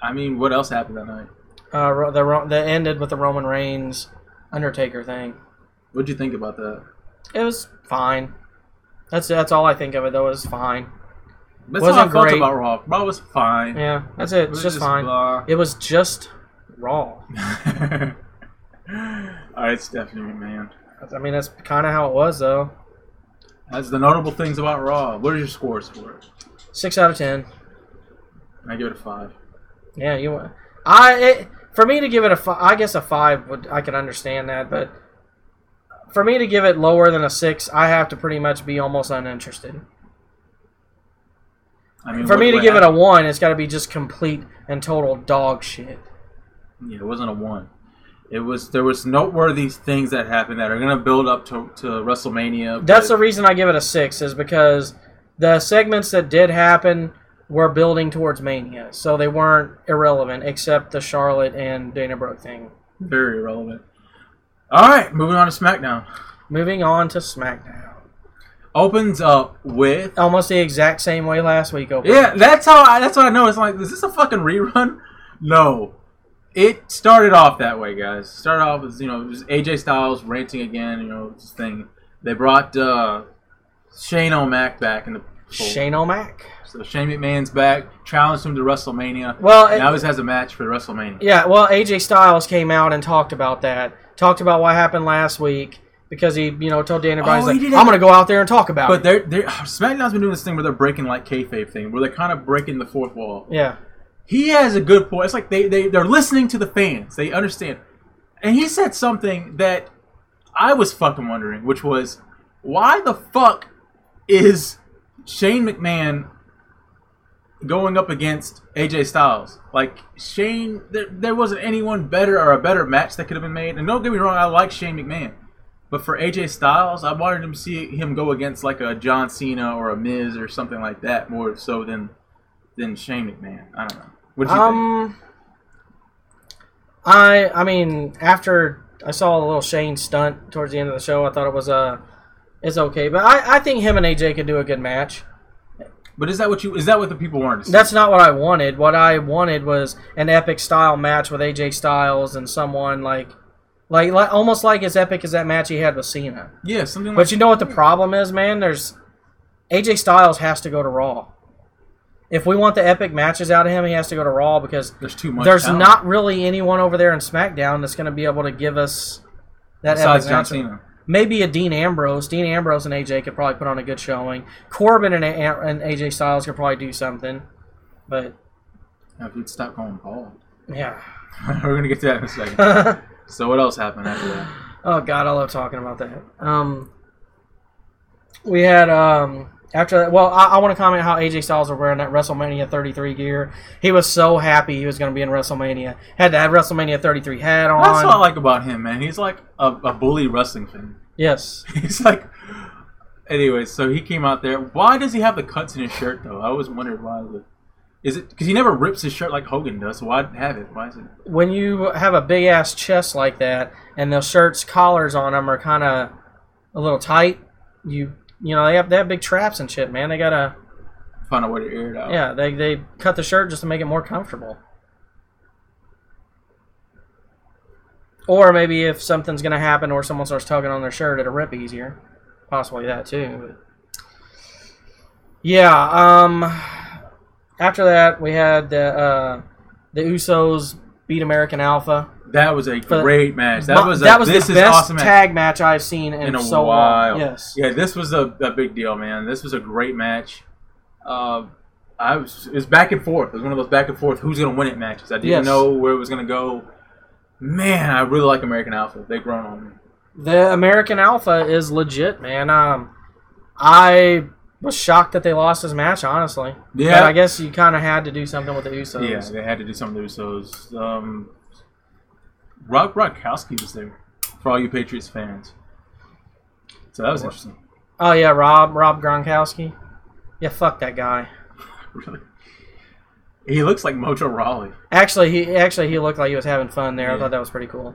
C: I mean, what else happened that night?
B: Uh, Ro- the Ro- that ended with the Roman Reigns Undertaker thing.
C: What'd you think about that?
B: It was fine. That's that's all I think of it though. It's fine.
C: That's
B: Wasn't
C: how I felt
B: great.
C: about Raw. Raw was fine.
B: Yeah, that's it.
C: It
B: It's
C: was
B: just, fine.
C: blah.
B: It was just raw.
C: All right, Stephanie, man.
B: I mean, that's kind of how it was though.
C: That's the notable things about Raw. What are your scores for it?
B: Six out of ten.
C: I give it a five.
B: Yeah, you. wa- I it, for me to give it a fi- I guess a five would I can understand that, but for me to give it lower than a six, I have to pretty much be almost uninterested.
C: I mean,
B: For
C: what-
B: me to
C: what
B: give it a
C: happened-
B: one, it's got to be just complete and total dog shit.
C: yeah, it wasn't a one. It was there was noteworthy things that happened that are gonna build up to, to WrestleMania.
B: That's
C: but-
B: the reason I give it a six is because the segments that did happen were building towards Mania, so they weren't irrelevant except the Charlotte and Dana Brooke thing.
C: Very relevant. All right, moving on to SmackDown.
B: Moving on to SmackDown,
C: Opens up with
B: almost the exact same way last week. Opened.
C: yeah. That's how I, that's what I know. It's like is this a fucking rerun? No, it started off that way, guys. Started off as you know just AJ Styles ranting again. You know this thing. They brought uh, Shane O'Mac back in the fold.
B: Shane O'Mac.
C: So Shane McMahon's back, challenged him to WrestleMania.
B: Well, it-
C: and now he has a match for WrestleMania.
B: Yeah, well, AJ Styles came out and talked about that. Talked about what happened last week because he, you know, told Dana Bryan,
C: Oh,
B: he's
C: he
B: like,
C: did
B: "I'm
C: that-
B: gonna go out there and talk about
C: But
B: it."
C: they're, they're SmackDown's been doing this thing where they're breaking like kayfabe thing, where they're kind of breaking the fourth wall.
B: Yeah,
C: he has a good point. It's like they, they they're listening to the fans. They understand. And he said something that I was fucking wondering, which was why the fuck is Shane McMahon going up against AJ Styles? Like Shane there, there wasn't anyone better or a better match that could have been made. And don't get me wrong, I like Shane McMahon. But for AJ Styles, I wanted him to see him go against like a John Cena or a Miz or something like that more so than than Shane McMahon. I don't know. What do you think?
B: Um, I I mean, after I saw a little Shane stunt towards the end of the show, I thought it was uh, it's okay. But I, I think him and AJ could do a good match.
C: But is that what you is that what the people wanted to see?
B: That's not what I wanted. What I wanted was an epic style match with AJ Styles and someone like, like, like almost like as epic as that match he had with Cena.
C: yeah, something like
B: But you know what the problem is, man? There's AJ Styles has to go to Raw. If we want the epic matches out of him, he has to go to Raw because
C: there's too much.
B: there's
C: talent
B: not really anyone over there in SmackDown that's going to be able to give us that
C: besides
B: epic
C: John
B: match.
C: Cena.
B: Maybe a Dean Ambrose. Dean Ambrose and AJ could probably put on a good showing. Corbin and, a- and AJ Styles could probably do something. But
C: Now, If you'd stop going bald.
B: yeah.
C: We're gonna get to that in a second. so what else happened after that?
B: Oh God, I love talking about that. Um, we had um after that. Well, I, I want to comment how AJ Styles was wearing that WrestleMania 33 gear. He was so happy he was going to be in WrestleMania. Had that WrestleMania 33 hat on.
C: That's what I like about him, man. He's like a, a bully wrestling fan.
B: yes.
C: He's like Anyway, so he came out there. Why does he have the cuts in his shirt though? I always wondered why the is it because he never rips his shirt like Hogan does? So why have it? Why is it?
B: When you have a big ass chest like that, and those shirts collars on them are kind of a little tight, you you know they have they have big traps and shit, man. They gotta
C: Find a way to air it out.
B: yeah they they cut the shirt just to make it more comfortable. Or maybe if something's gonna happen, or someone starts tugging on their shirt, it'll rip easier. Possibly that too. Yeah. Um. After that, we had the uh, the Usos beat American Alpha.
C: That was a
B: But-
C: great match. That
B: My-
C: was a,
B: that was
C: this
B: the
C: is
B: best
C: awesome match.
B: tag match I've seen in,
C: in a
B: so
C: while.
B: long. Yes.
C: Yeah, this was a, a big deal, man. This was a great match. Uh, I was it was back and forth. It was one of those back and forth who's gonna win it matches. I didn't
B: Yes.
C: know where it was gonna go. Man, I really like American Alpha. They've grown on me.
B: The American Alpha is legit, man. Um, I was shocked that they lost this match, honestly.
C: Yeah.
B: But I guess you kind of had to do something with the Usos.
C: Yeah, they had to do some of the Usos. Um, Rob Gronkowski was there for all you Patriots fans. So that was interesting.
B: Oh yeah, Rob Rob Gronkowski. Yeah, fuck that guy.
C: Really, he looks like Mojo Raleigh.
B: Actually, he actually he looked like he was having fun there. I
C: Yeah.
B: thought that was pretty cool.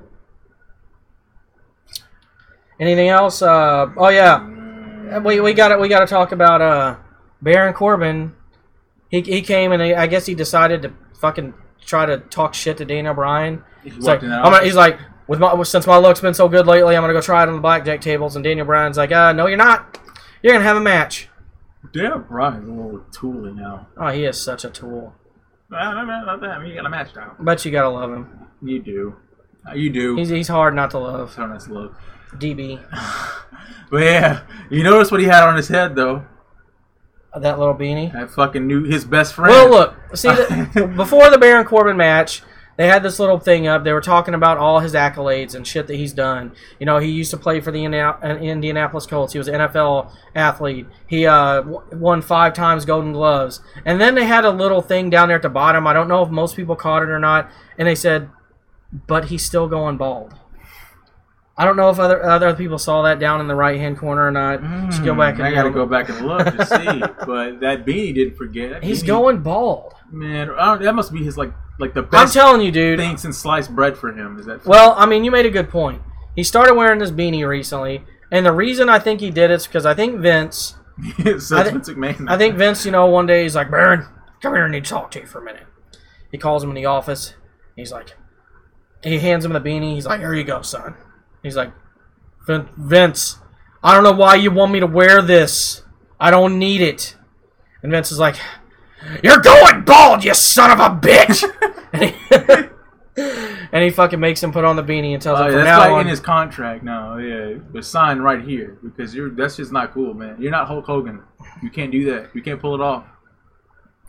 B: Anything else? Uh, oh yeah, we we got to We got to talk about uh, Baron Corbin. He he came and he, I guess he decided to fucking try to talk shit to Dana Bryan. He's like,
C: walked in that
B: I'm gonna-
C: office.
B: he's like, with my since my luck's been so good lately, I'm gonna go try it on the blackjack tables. And Daniel Bryan's like, uh, no, you're not. You're gonna have a match.
C: Damn, Brian's a little tooly now.
B: Oh, he is such a tool.
C: I don't know about that. I mean, you got a match now.
B: But you gotta love him.
C: You do. Uh, You do.
B: He's he's hard not to love.
C: so nice look.
B: DB,
C: But yeah, you notice what he had on his head though.
B: that little beanie.
C: That fucking new his best friend.
B: Well, look, see, the, before the Baron Corbin match, they had this little thing up. They were talking about all his accolades and shit that he's done. You know, he used to play for the Indiana- uh, Indianapolis Colts. He was an NFL athlete. He uh, w- won five times Golden Gloves. And then they had a little thing down there at the bottom. I don't know if most people caught it or not. And they said, but he's still going bald. I don't know if other other people saw that down in the right hand corner or not. Just go back and
C: Hmm, I gotta
B: look.
C: go back and look to see. but that beanie didn't forget. That
B: He's
C: beanie-
B: going bald.
C: man. I don't- that must be his like like the
B: I'm
C: best
B: telling you, dude.
C: thing since sliced bread for him. Is that
B: Well, I mean, you made a good point. He started wearing this beanie recently, and the reason I think he did it is because I think Vince,
C: says
B: I thi-
C: Vince McMahon?
B: I think Vince, you know, one day he's like, Baron, come here, I need to talk to you for a minute. He calls him in the office. He's like, he hands him the beanie. He's like, here you go, son. He's like, "Vin- Vince, I don't know why you want me to wear this. I don't need it. And Vince is like, you're going bald, you son of a bitch. and, he, and he fucking makes him put on the beanie and tells
C: Oh,
B: him
C: yeah,
B: from
C: that's
B: now
C: like
B: on.
C: in his contract now. Yeah, but sign right here because you're that's just not cool, man. You're not Hulk Hogan. You can't do that. You can't pull it off.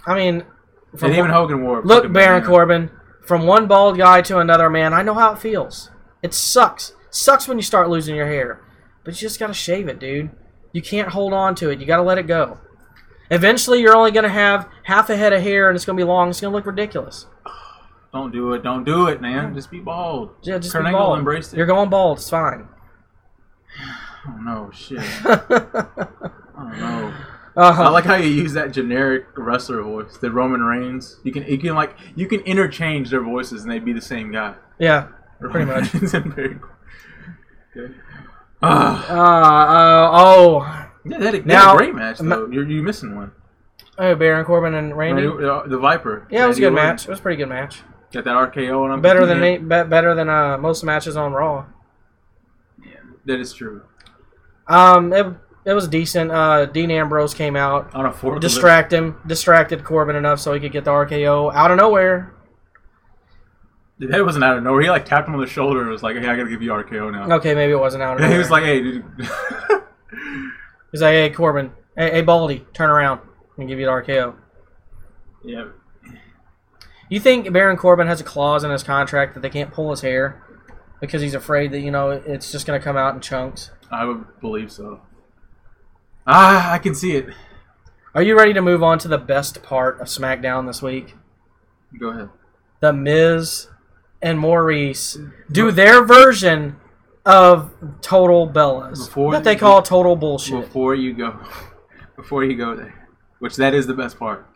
B: I mean, from
C: and
B: one-
C: even Hogan wore. a
B: Look,
C: fucking
B: Baron
C: bandana.
B: Corbin, from one bald guy to another man, I know how it feels. It sucks. sucks when you start losing your hair. But you just gotta shave it, dude. You can't hold on to it. You gotta let it go. Eventually you're only gonna have half a head of hair and it's gonna be long, it's gonna look ridiculous.
C: Don't do it. Don't do it, man. Just be bald.
B: Yeah, just
C: Kurt
B: be
C: Angle
B: bald.
C: embraced it.
B: You're going bald, it's fine.
C: Oh no, shit. I
B: uh-huh.
C: don't know. I like how you use that generic wrestler voice, the Roman Reigns. You can you can like you can interchange their voices and they'd be the same guy.
B: Yeah. Pretty much.
C: Reigns and Baron Corbin. Okay. Ah,
B: Uh, uh oh
C: yeah, that, that
B: Now-
C: great match though. You're, you're missing one.
B: Oh Baron Corbin and Randy.
C: The, the Viper.
B: Yeah, it was a
C: Randy
B: good
C: Orton.
B: match. It was a pretty good match.
C: Got that RKO and I'm
B: Better than any- be- better than uh, most matches on Raw.
C: That is true.
B: Um, it, it was decent. Uh, Dean Ambrose came out,
C: On a four.
B: distract him, distracted Corbin enough so he could get the RKO out of nowhere.
C: That wasn't out of nowhere. He like tapped him on the shoulder and was like, "Hey, I gotta give you RKO now."
B: Okay, maybe it wasn't out of
C: And
B: nowhere.
C: he was like, "Hey, dude."
B: he's like, hey Corbin, hey, hey Baldy, turn around and give you the RKO.
C: yeah.
B: You think Baron Corbin has a clause in his contract that they can't pull his hair because he's afraid that you know it's just gonna come out in chunks?
C: I would believe so. Ah, I can see it.
B: Are you ready to move on to the best part of SmackDown this week?
C: Go ahead.
B: The Miz and Maurice do their version of total bellas
C: Before-
B: that they call total bullshit.
C: Before you go, before you go there, which that is the best part.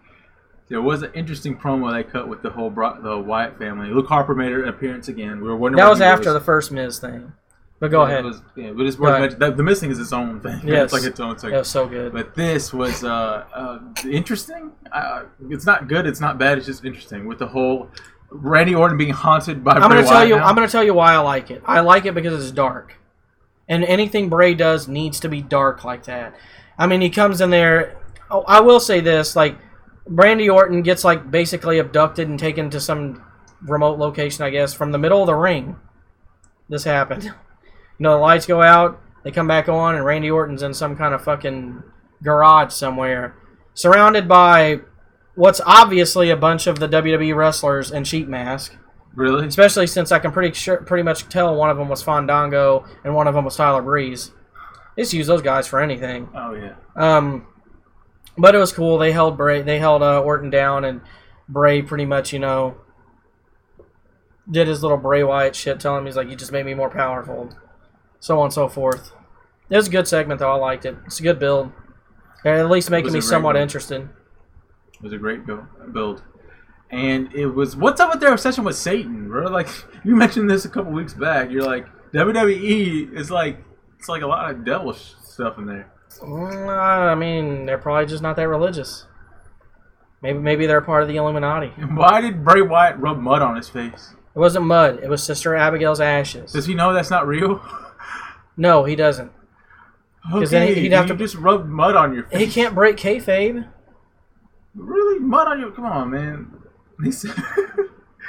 C: There was an interesting promo they cut with the whole Bro- the Wyatt family. Luke Harper made an appearance again. We were wondering
B: That
C: where
B: was
C: he
B: after the first Miz thing. But go
C: Yeah,
B: ahead.
C: It was, yeah, but it's
B: Go
C: worth
B: ahead.
C: mentioning. The, the missing is its own thing.
B: Yes.
C: It's like its own thing.
B: It was so good.
C: But this was uh, uh, interesting. Uh, it's not good. It's not bad. It's just interesting with the whole Randy Orton being haunted by.
B: I'm
C: Bray
B: gonna tell
C: Wyatt
B: you.
C: now.
B: I'm gonna tell you why I like it. I like it because it's dark, and anything Bray does needs to be dark like that. I mean, he comes in there. Oh, I will say this: like Brandy Orton gets like basically abducted and taken to some remote location, I guess, from the middle of the ring. This happened. You know, the lights go out. They come back on, and Randy Orton's in some kind of fucking garage somewhere, surrounded by what's obviously a bunch of the WWE wrestlers in sheet mask
C: really.
B: especially since I can pretty sure, pretty much tell one of them was Fandango and one of them was Tyler Breeze. They Just use those guys for anything.
C: Oh yeah.
B: Um, but it was cool. They held Bray, they held uh, Orton down, and Bray pretty much, you know, did his little Bray Wyatt shit, telling him he's like, "You just made me more powerful," so on and so forth. It was a good segment though. I liked it. It's a good build. And at least making
C: was
B: me
C: a great
B: somewhat
C: build.
B: interested.
C: It was a great build. build. And it was what's up with their obsession with Satan, bro? Like you mentioned this a couple weeks back. You're like WWE is like it's like a lot of devil sh- stuff in there.
B: Mm, I mean, they're probably just not that religious. Maybe maybe they're part of the Illuminati.
C: And why did Bray Wyatt rub mud on his face?
B: It wasn't mud. It was Sister Abigail's ashes.
C: Does he know that's not real?
B: No, he doesn't.
C: Okay,
B: then he'd have
C: you
B: to-
C: just rub mud on your face.
B: He can't break kayfabe.
C: Really, mud on your? Come on, man. This,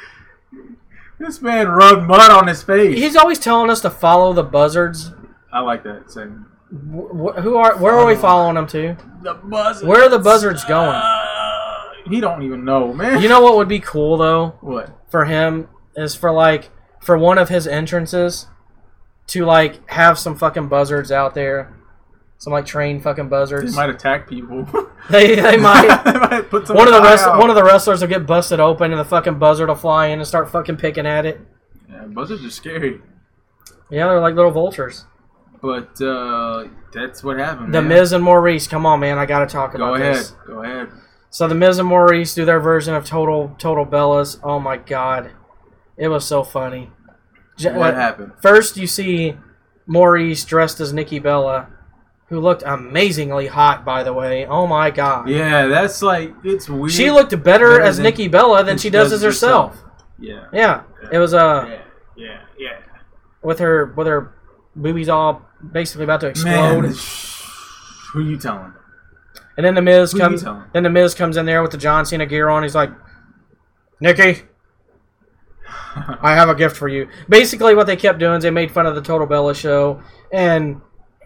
C: this man rubbed mud on his face.
B: He's always telling us to follow the buzzards.
C: I like that saying.
B: Wh- wh- who are? Where are we following them to?
C: The buzzards.
B: Where are the buzzards going?
C: Ah. he don't even know, man.
B: You know what would be cool though
C: what?
B: for him is for like for one of his entrances to like have some fucking buzzards out there, some like trained fucking
C: They
B: buzzards.
C: might attack people.
B: They they might.
C: They might put some
B: One of the
C: guy
B: rest,
C: out.
B: one of the wrestlers will get busted open, and the fucking buzzard will fly in and start fucking picking at it.
C: yeah, buzzards are scary.
B: Yeah, they're like little vultures.
C: But uh, that's what happened.
B: The
C: man.
B: Miz and Maurice, come on, man, I gotta talk
C: Go
B: about
C: ahead.
B: this.
C: Go ahead.
B: So the Miz and Maurice do their version of Total Total Bellas. Oh my god, it was so funny. J-
C: What
B: uh,
C: happened?
B: First, you see Maurice dressed as Nikki Bella, who looked amazingly hot, by the way. Oh my god,
C: Yeah, that's like it's weird.
B: she looked better
C: Better
B: as
C: than-
B: Nikki Bella than
C: when
B: she does as herself.
C: Yeah.
B: Yeah, it was uh
C: Yeah. Yeah. Yeah.
B: with her with her boobies all basically about to explode.
C: Man, sh- who you telling?
B: And then the Miz
C: Who you
B: comes.
C: telling?
B: Then the Miz comes in there with the John Cena gear on. He's like, "Nikki, I have a gift for you." Basically, what they kept doing is they made fun of the Total Bella show, and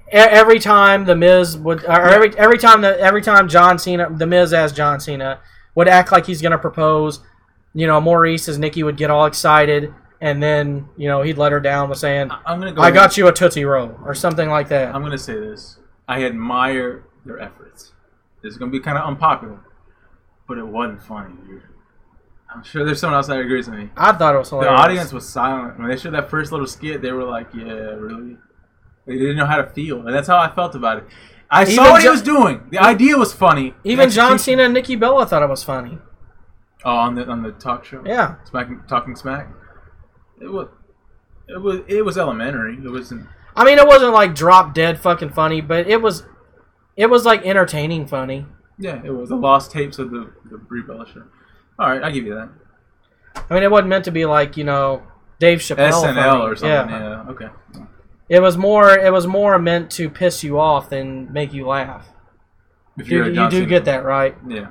B: e- every time the Miz would, or every every time the every time John Cena, the Miz as John Cena would act like he's gonna propose. You know, Maurice as Nikki would get all excited, and then you know he'd let her down with saying,
C: I'm gonna go.
B: "I got you a tootsie roll" or something like that.
C: I'm gonna say this. I admire their efforts. It's gonna be kind of unpopular, but it wasn't funny, dude. I'm sure there's someone else that agrees with me.
B: I thought it was
C: The
B: hilarious.
C: audience was silent when they showed that first little skit. They were like, "Yeah, really." They didn't know how to feel, and that's how I felt about it. I
B: Even
C: saw what he
B: Jo-
C: was doing. The idea was funny. The
B: Even John
C: execution-
B: Cena and Nikki Bella thought it was funny.
C: Oh, on the on the talk show.
B: Yeah.
C: Smack, talking smack. It was, it was, it was elementary. It wasn't.
B: I mean, it wasn't like drop dead fucking funny, but it was, it was like entertaining funny.
C: Yeah, it was the lost tapes of the the Brie Bella show. All right, I give you that.
B: I mean, it wasn't meant to be like you know Dave Chappelle
C: SNL
B: funny.
C: or something. Yeah. Okay.
B: It was more, it was more meant to piss you off than make you laugh.
C: If
B: You,
C: a
B: you
C: John
B: do
C: Cena
B: get
C: fan.
B: that right.
C: Yeah.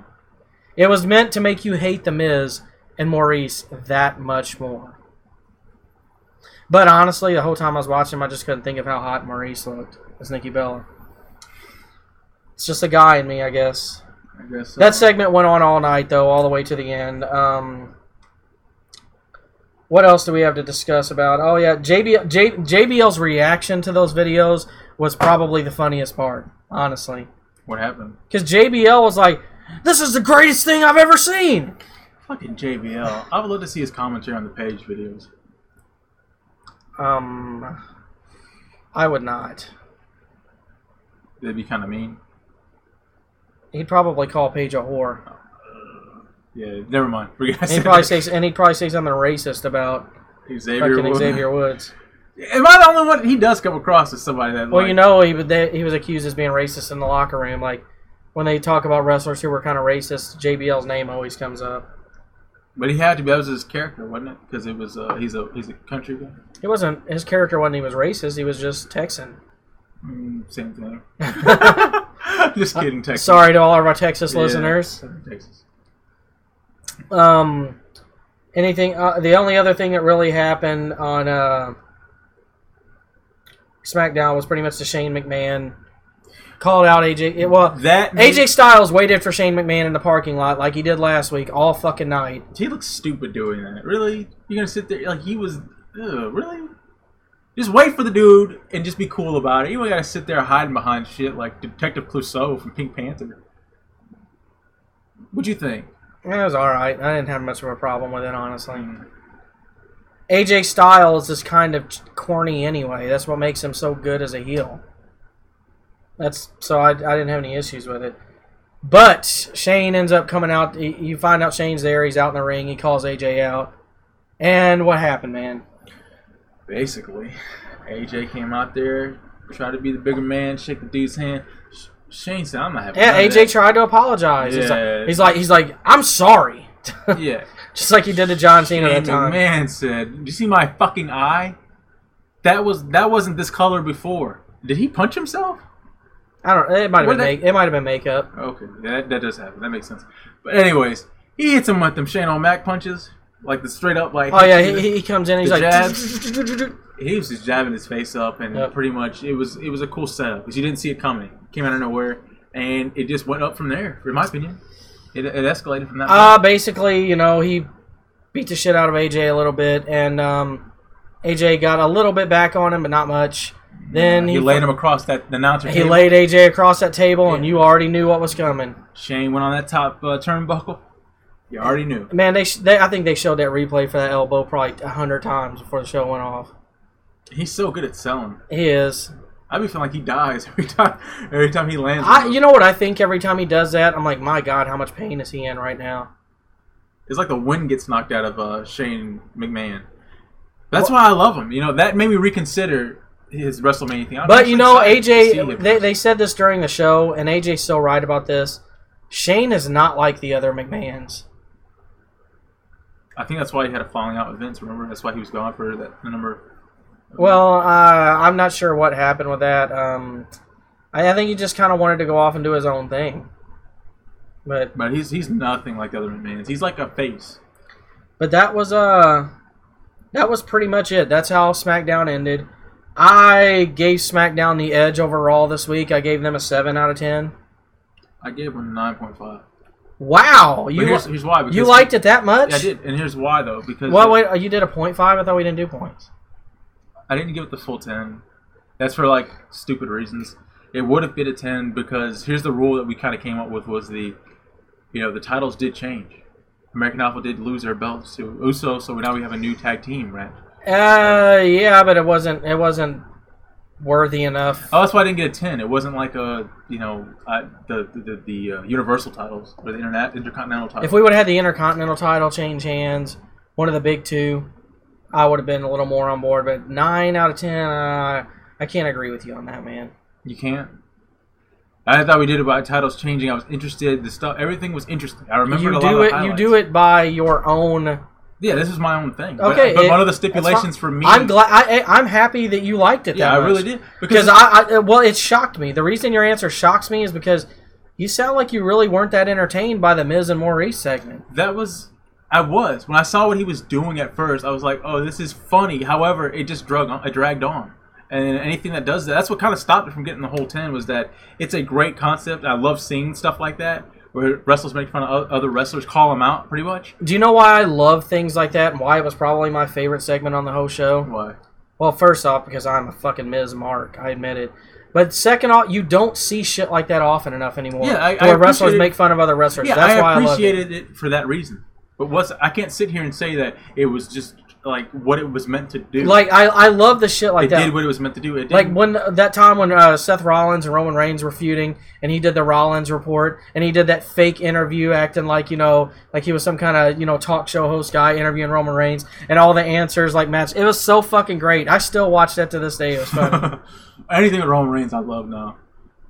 B: It was meant to make you hate the Miz and Maurice that much more. But honestly, the whole time I was watching him, I just couldn't think of how hot Maurice looked as Nikki Bella. It's just a guy in me, I guess.
C: I guess. uh, So.
B: That segment went on all night, though, all the way to the end. Um, what else do we have to discuss about? Oh yeah, JB, J, JBL's reaction to those videos was probably the funniest part, honestly,
C: What happened?
B: because JBL was like, "This is the greatest thing I've ever seen."
C: Fucking JBL. I would love to see his commentary on the page videos.
B: Um, I would not.
C: They'd be kind of mean.
B: He'd probably call Paige a whore.
C: Yeah. Never mind. Forget. I
B: And he'd
C: said
B: probably
C: that.
B: say, and he'd probably say something racist about
C: Xavier.
B: fucking
C: Woods.
B: Xavier Woods.
C: Am I the only one? He does come across as somebody that.
B: Well,
C: like,
B: you know, he was- they, he was accused as being racist in the locker room. Like when they talk about wrestlers who were kind of racist, JBL's name always comes up.
C: But he had to be. That was his character, wasn't it? Because it was. Uh, he's a. He's a country guy.
B: He wasn't his character wasn't he was racist. He was just Texan.
C: Mm, same thing. Just kidding, Texas.
B: Sorry to all of our Texas
C: Yeah,
B: listeners.
C: Southern Texas.
B: Um, anything? Uh, the only other thing that really happened on uh, SmackDown was pretty much the Shane McMahon called out AJ. It, well,
C: That
B: AJ Styles waited for Shane McMahon in the parking lot like he did last week, all fucking night.
C: He looks stupid doing that. Really? You're gonna sit there like he was? Ugh, really? Just wait for the dude and just be cool about it. You ain't gotta sit there hiding behind shit like Detective Clouseau from Pink Panther. What'd you think?
B: It was all right. I didn't have much of a problem with it, honestly. AJ Styles is kind of corny anyway. That's what makes him so good as a heel. That's so I, I didn't have any issues with it. But Shane ends up coming out. y- You find out Shane's there. He's out in the ring. He calls AJ out. And what happened, man?
C: Basically, AJ came out there, tried to be the bigger man, shake the dude's hand. Sh- Shane said, "I'm not having."
B: Yeah,
C: none of
B: AJ tried to apologize. He's,
C: Yeah.
B: like, he's like, he's like, I'm sorry,
C: that." yeah.
B: just like he did to John Cena
C: And
B: that time.
C: man said, "You see my fucking eye? That was that wasn't this color before. Did he punch himself?"
B: I don't. It might have
C: Were
B: been
C: they-
B: make, it might have been makeup.
C: Okay, that, that does happen. That makes sense. But anyways, he hits him with them Shane O'Mac punches, like the straight up like.
B: Oh yeah, he, he- he comes in. He's
C: The
B: like,
C: he was just jabbing his face up, and
B: Yep.
C: pretty much it was it was a cool setup because you didn't see it coming. It came out of nowhere, and it just went up from there. In my opinion, It, it escalated from that.
B: Uh, basically, you know, he beat the shit out of AJ a little bit, and um, AJ got a little bit back on him, but not much. Then
C: point.
B: he,
C: he laid him across that the announcer.
B: he
C: table.
B: laid AJ across that table, and you already knew what was coming.
C: Shane went on that top uh, turnbuckle. You already knew.
B: Man, they, sh- they I think they showed that replay for that elbow probably a hundred times before the show went off.
C: He's so good at selling.
B: He is.
C: I be feeling like he dies every time. Every time he lands,
B: I, you know what I think every time he does that? I'm like, my God, how much pain is he in right now?
C: it's like the wind gets knocked out of uh, Shane McMahon. That's why I love him. You know that made me reconsider his WrestleMania thing. I'm
B: But you
C: actually
B: know,
C: excited to see
B: AJ,
C: him.
B: they, they said this during the show, and AJ's so right about this. Shane is not like the other McMahons.
C: I think that's why he had a falling out with Vince. Remember, that's why he was gone for that the number.
B: Well, uh, I'm not sure what happened with that. Um, I, I think he just kind of wanted to go off and do his own thing. But
C: But he's he's nothing like the other McMahon's. He's like a face.
B: but that was uh that was pretty much it. That's how SmackDown ended. I gave SmackDown the edge overall this week. I gave them a seven out of ten.
C: I gave him nine point five.
B: Wow,
C: But
B: you
C: here's, here's why. Because
B: you liked it that much?
C: Yeah, I did, and here's why though. Because
B: Well, wait, oh, you did a point five. I thought we didn't do points.
C: I didn't give it the full 10. That's for like stupid reasons. It would have been a 10 because here's the rule that we kind of came up with was the, you know, the titles did change. American Alpha did lose their belts to Uso, so now we have a new tag team, right?
B: Uh, yeah, but it wasn't it wasn't worthy enough.
C: Oh, that's why I didn't get a 10. It wasn't like a, you know, I, the the, the, the uh, Universal titles or the internet Intercontinental titles.
B: If we would have had the Intercontinental title change hands, one of the big two, I would have been a little more on board. But nine out of ten, uh, I can't agree with you on that, man.
C: You can't. I thought we did about titles changing. I was interested. The stuff, everything was interesting. I remember
B: You
C: a lot
B: do
C: of
B: it. You do it by your own.
C: Yeah, this is my own thing. But-
B: Okay,
C: but,
B: it-
C: one of the
B: that's fine.
C: stipulations for me.
B: I'm glad. I, I- I'm happy that you liked it.
C: Yeah,
B: that
C: I
B: much.
C: really did
B: because I, I well it shocked me the reason your answer shocks me is because you sound like you really weren't that entertained by the Miz and Maurice segment
C: that was I was when I saw what he was doing at first. I was like, "Oh, this is funny." However, it just drug on, it dragged on, and anything that does that, that's what kind of stopped it from getting the whole ten. Was that it's a great concept. I love seeing stuff like that where wrestlers make fun of o- other wrestlers, call them out, pretty much.
B: do you know why I love things like that and why it was probably my favorite segment on the whole show
C: Why?
B: well first off because I'm a fucking Miz Mark I admit it but second off you don't see shit like that often enough anymore
C: Yeah, I-
B: to where
C: I
B: wrestlers
C: appreciate-
B: make fun of other wrestlers
C: Yeah,
B: that's
C: I
B: why I love it
C: appreciated it. for that reason. But what's I can't sit here and say that it was just like what it was meant to do.
B: like I, I love the shit like
C: it
B: that
C: did what it was meant to do. It did
B: Like when that time when uh, Seth Rollins and Roman Reigns were feuding, and he did the Rollins report, and he did that fake interview, acting like you know, like he was some kind of you know talk show host guy interviewing Roman Reigns, and all the answers like match. It was so fucking great. I still watch that to this day. It was fun.
C: anything with Roman Reigns, I love now,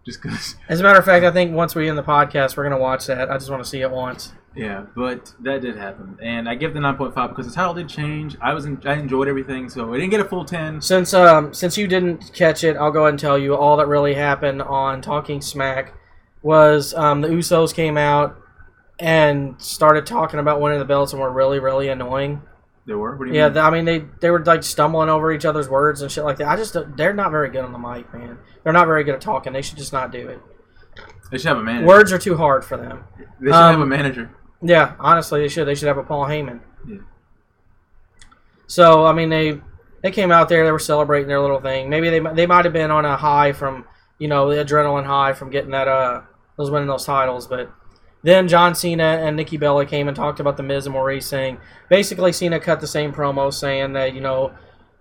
C: just because.
B: As a matter of fact, I think once we end the podcast, we're gonna watch that. I just want to see it once.
C: Yeah, but that did happen, and I give the nine point five because the title did change. I was in, I enjoyed everything, so I didn't get a full ten.
B: Since um since you didn't catch it, I'll go ahead and tell you all that really happened on Talking Smack was um, the Usos came out and started talking about winning the belts and were really really annoying.
C: There were, what do you
B: Yeah,
C: mean?
B: th- I mean they they were like stumbling over each other's words and shit like that. I just don't- they're not very good on the mic, man. They're not very good at talking. They should just not do it.
C: they should have a manager.
B: Words are too hard for them.
C: they should have a
B: um,
C: manager.
B: Yeah, honestly, they should. They should have a Paul Heyman.
C: Yeah.
B: So I mean, they they came out there. They were celebrating their little thing. Maybe they they might have been on a high from you know the adrenaline high from getting that uh those winning those titles. But then John Cena and Nikki Bella came and talked about the Miz and Maurice, saying basically Cena cut the same promo, saying that you know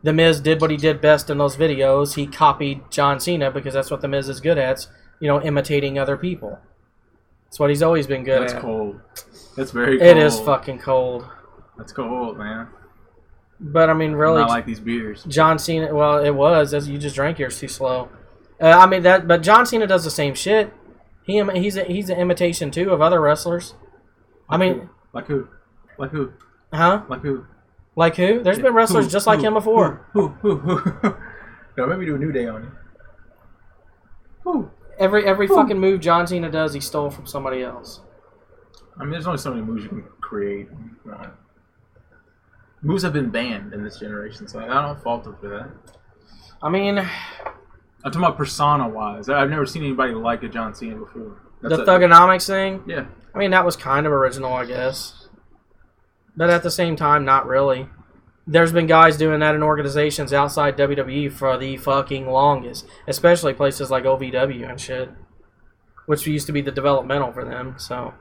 B: the Miz did what he did best in those videos. He copied John Cena because that's what the Miz is good at. You know, imitating other people. That's what he's always been good
C: That's
B: at.
C: cold. That's very. cold.
B: It is fucking cold.
C: That's cold, man.
B: But I mean,
C: I
B: really,
C: like these beers.
B: John Cena. Well, it was as you just drank yours too slow. Uh, I mean that, but John Cena does the same shit. He im- he's a, he's an imitation too of other wrestlers. I mean,
C: like who? Like who?
B: huh?
C: Like who?
B: Like who? There's been wrestlers just like him before.
C: Who? Who? Who? who? no, maybe do a new day on you. Who?
B: Every every fucking move John Cena does, he stole from somebody else.
C: I mean, there's only so many moves you can create. Uh, Moves have been banned in this generation, so I don't fault them for that.
B: I mean,
C: I'm talking about persona wise. I've never seen anybody like a John Cena before.
B: the
C: a-
B: thugonomics thing.
C: Yeah.
B: I mean, that was kind of original, I guess. But at the same time, not really. There's been guys doing that in organizations outside WWE for the fucking longest, especially places like OVW and shit, which used to be the developmental for them, so.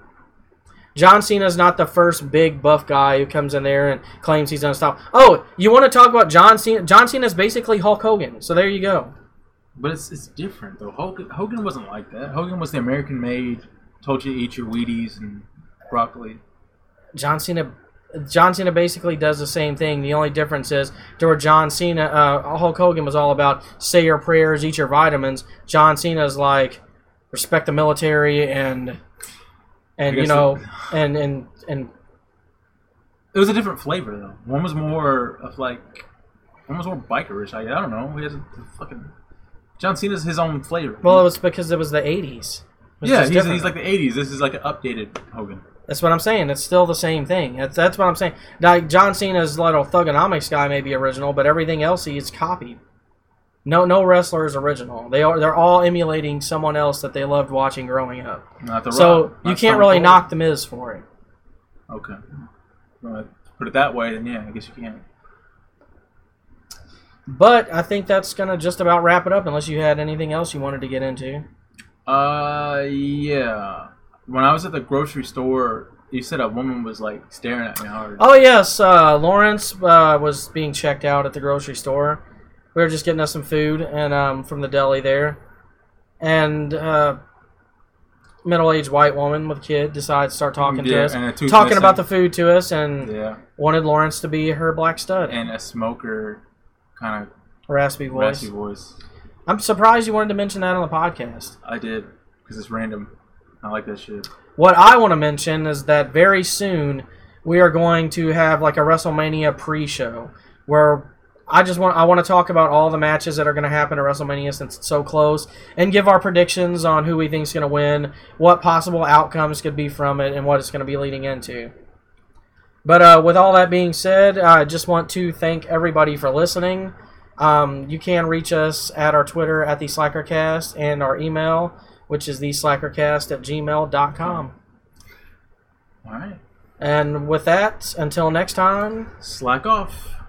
B: John Cena's not the first big buff guy who comes in there and claims he's unstoppable. Oh, you want to talk about John Cena? John Cena's basically Hulk Hogan, so there you go.
C: But it's, it's different though. Hogan, Hogan wasn't like that. Hogan was the American made. Told you to eat your Wheaties and broccoli.
B: John Cena, John Cena basically does the same thing. The only difference is to where John Cena, uh, Hulk Hogan was all about say your prayers, eat your vitamins. John Cena's like respect the military and and
C: I
B: you
C: guess
B: know and and and
C: It was a different flavor though. One was more of like, one was more bikerish. I, I don't know. He has a fucking John Cena's his own flavor.
B: well, it was because it was the '80s. It was
C: yeah,
B: just
C: he's,
B: different.
C: he's like the '80s. This is like an updated Hogan.
B: That's what I'm saying. It's still the same thing. That's that's what I'm saying. Like John Cena's little thugonomics guy may be original, but everything else he is copied. No, no wrestler is original. They are they're all emulating someone else that they loved watching growing up.
C: Not the
B: so
C: Rock,
B: you can't
C: not Stone
B: really
C: Cold.
B: knock the Miz for it.
C: Okay. Well, if- put it that way, then yeah, I guess you can.
B: But I think that's gonna just about wrap it up. Unless you had anything else you wanted to get into.
C: Uh, yeah. When I was at the grocery store, you said a woman was like staring at me hard.
B: Oh yes, uh, Lawrence uh, was being checked out at the grocery store. We were just getting us some food and um, from the deli there, and uh, middle-aged white woman with a kid decides to start talking
C: Yeah,
B: to us,
C: and a tooth
B: talking
C: missing.
B: about the food to us, and
C: Yeah,
B: wanted Lawrence to be her black stud.
C: and a smoker, kind of
B: raspy voice.
C: raspy voice.
B: I'm surprised you wanted to mention that on the podcast.
C: I did because it's random. I like that shit.
B: What I want to mention is that very soon we are going to have like a WrestleMania pre-show where I just want I want to talk about all the matches that are going to happen at WrestleMania since it's so close and give our predictions on who we think's going to win, what possible outcomes could be from it, and what it's going to be leading into. But uh, with all that being said, uh, I just want to thank everybody for listening. Um, you can reach us at our Twitter at the Slackercast and our email, which is the Slackercast at gmail.com.
C: All right,
B: And with that, until next time.
C: slack off.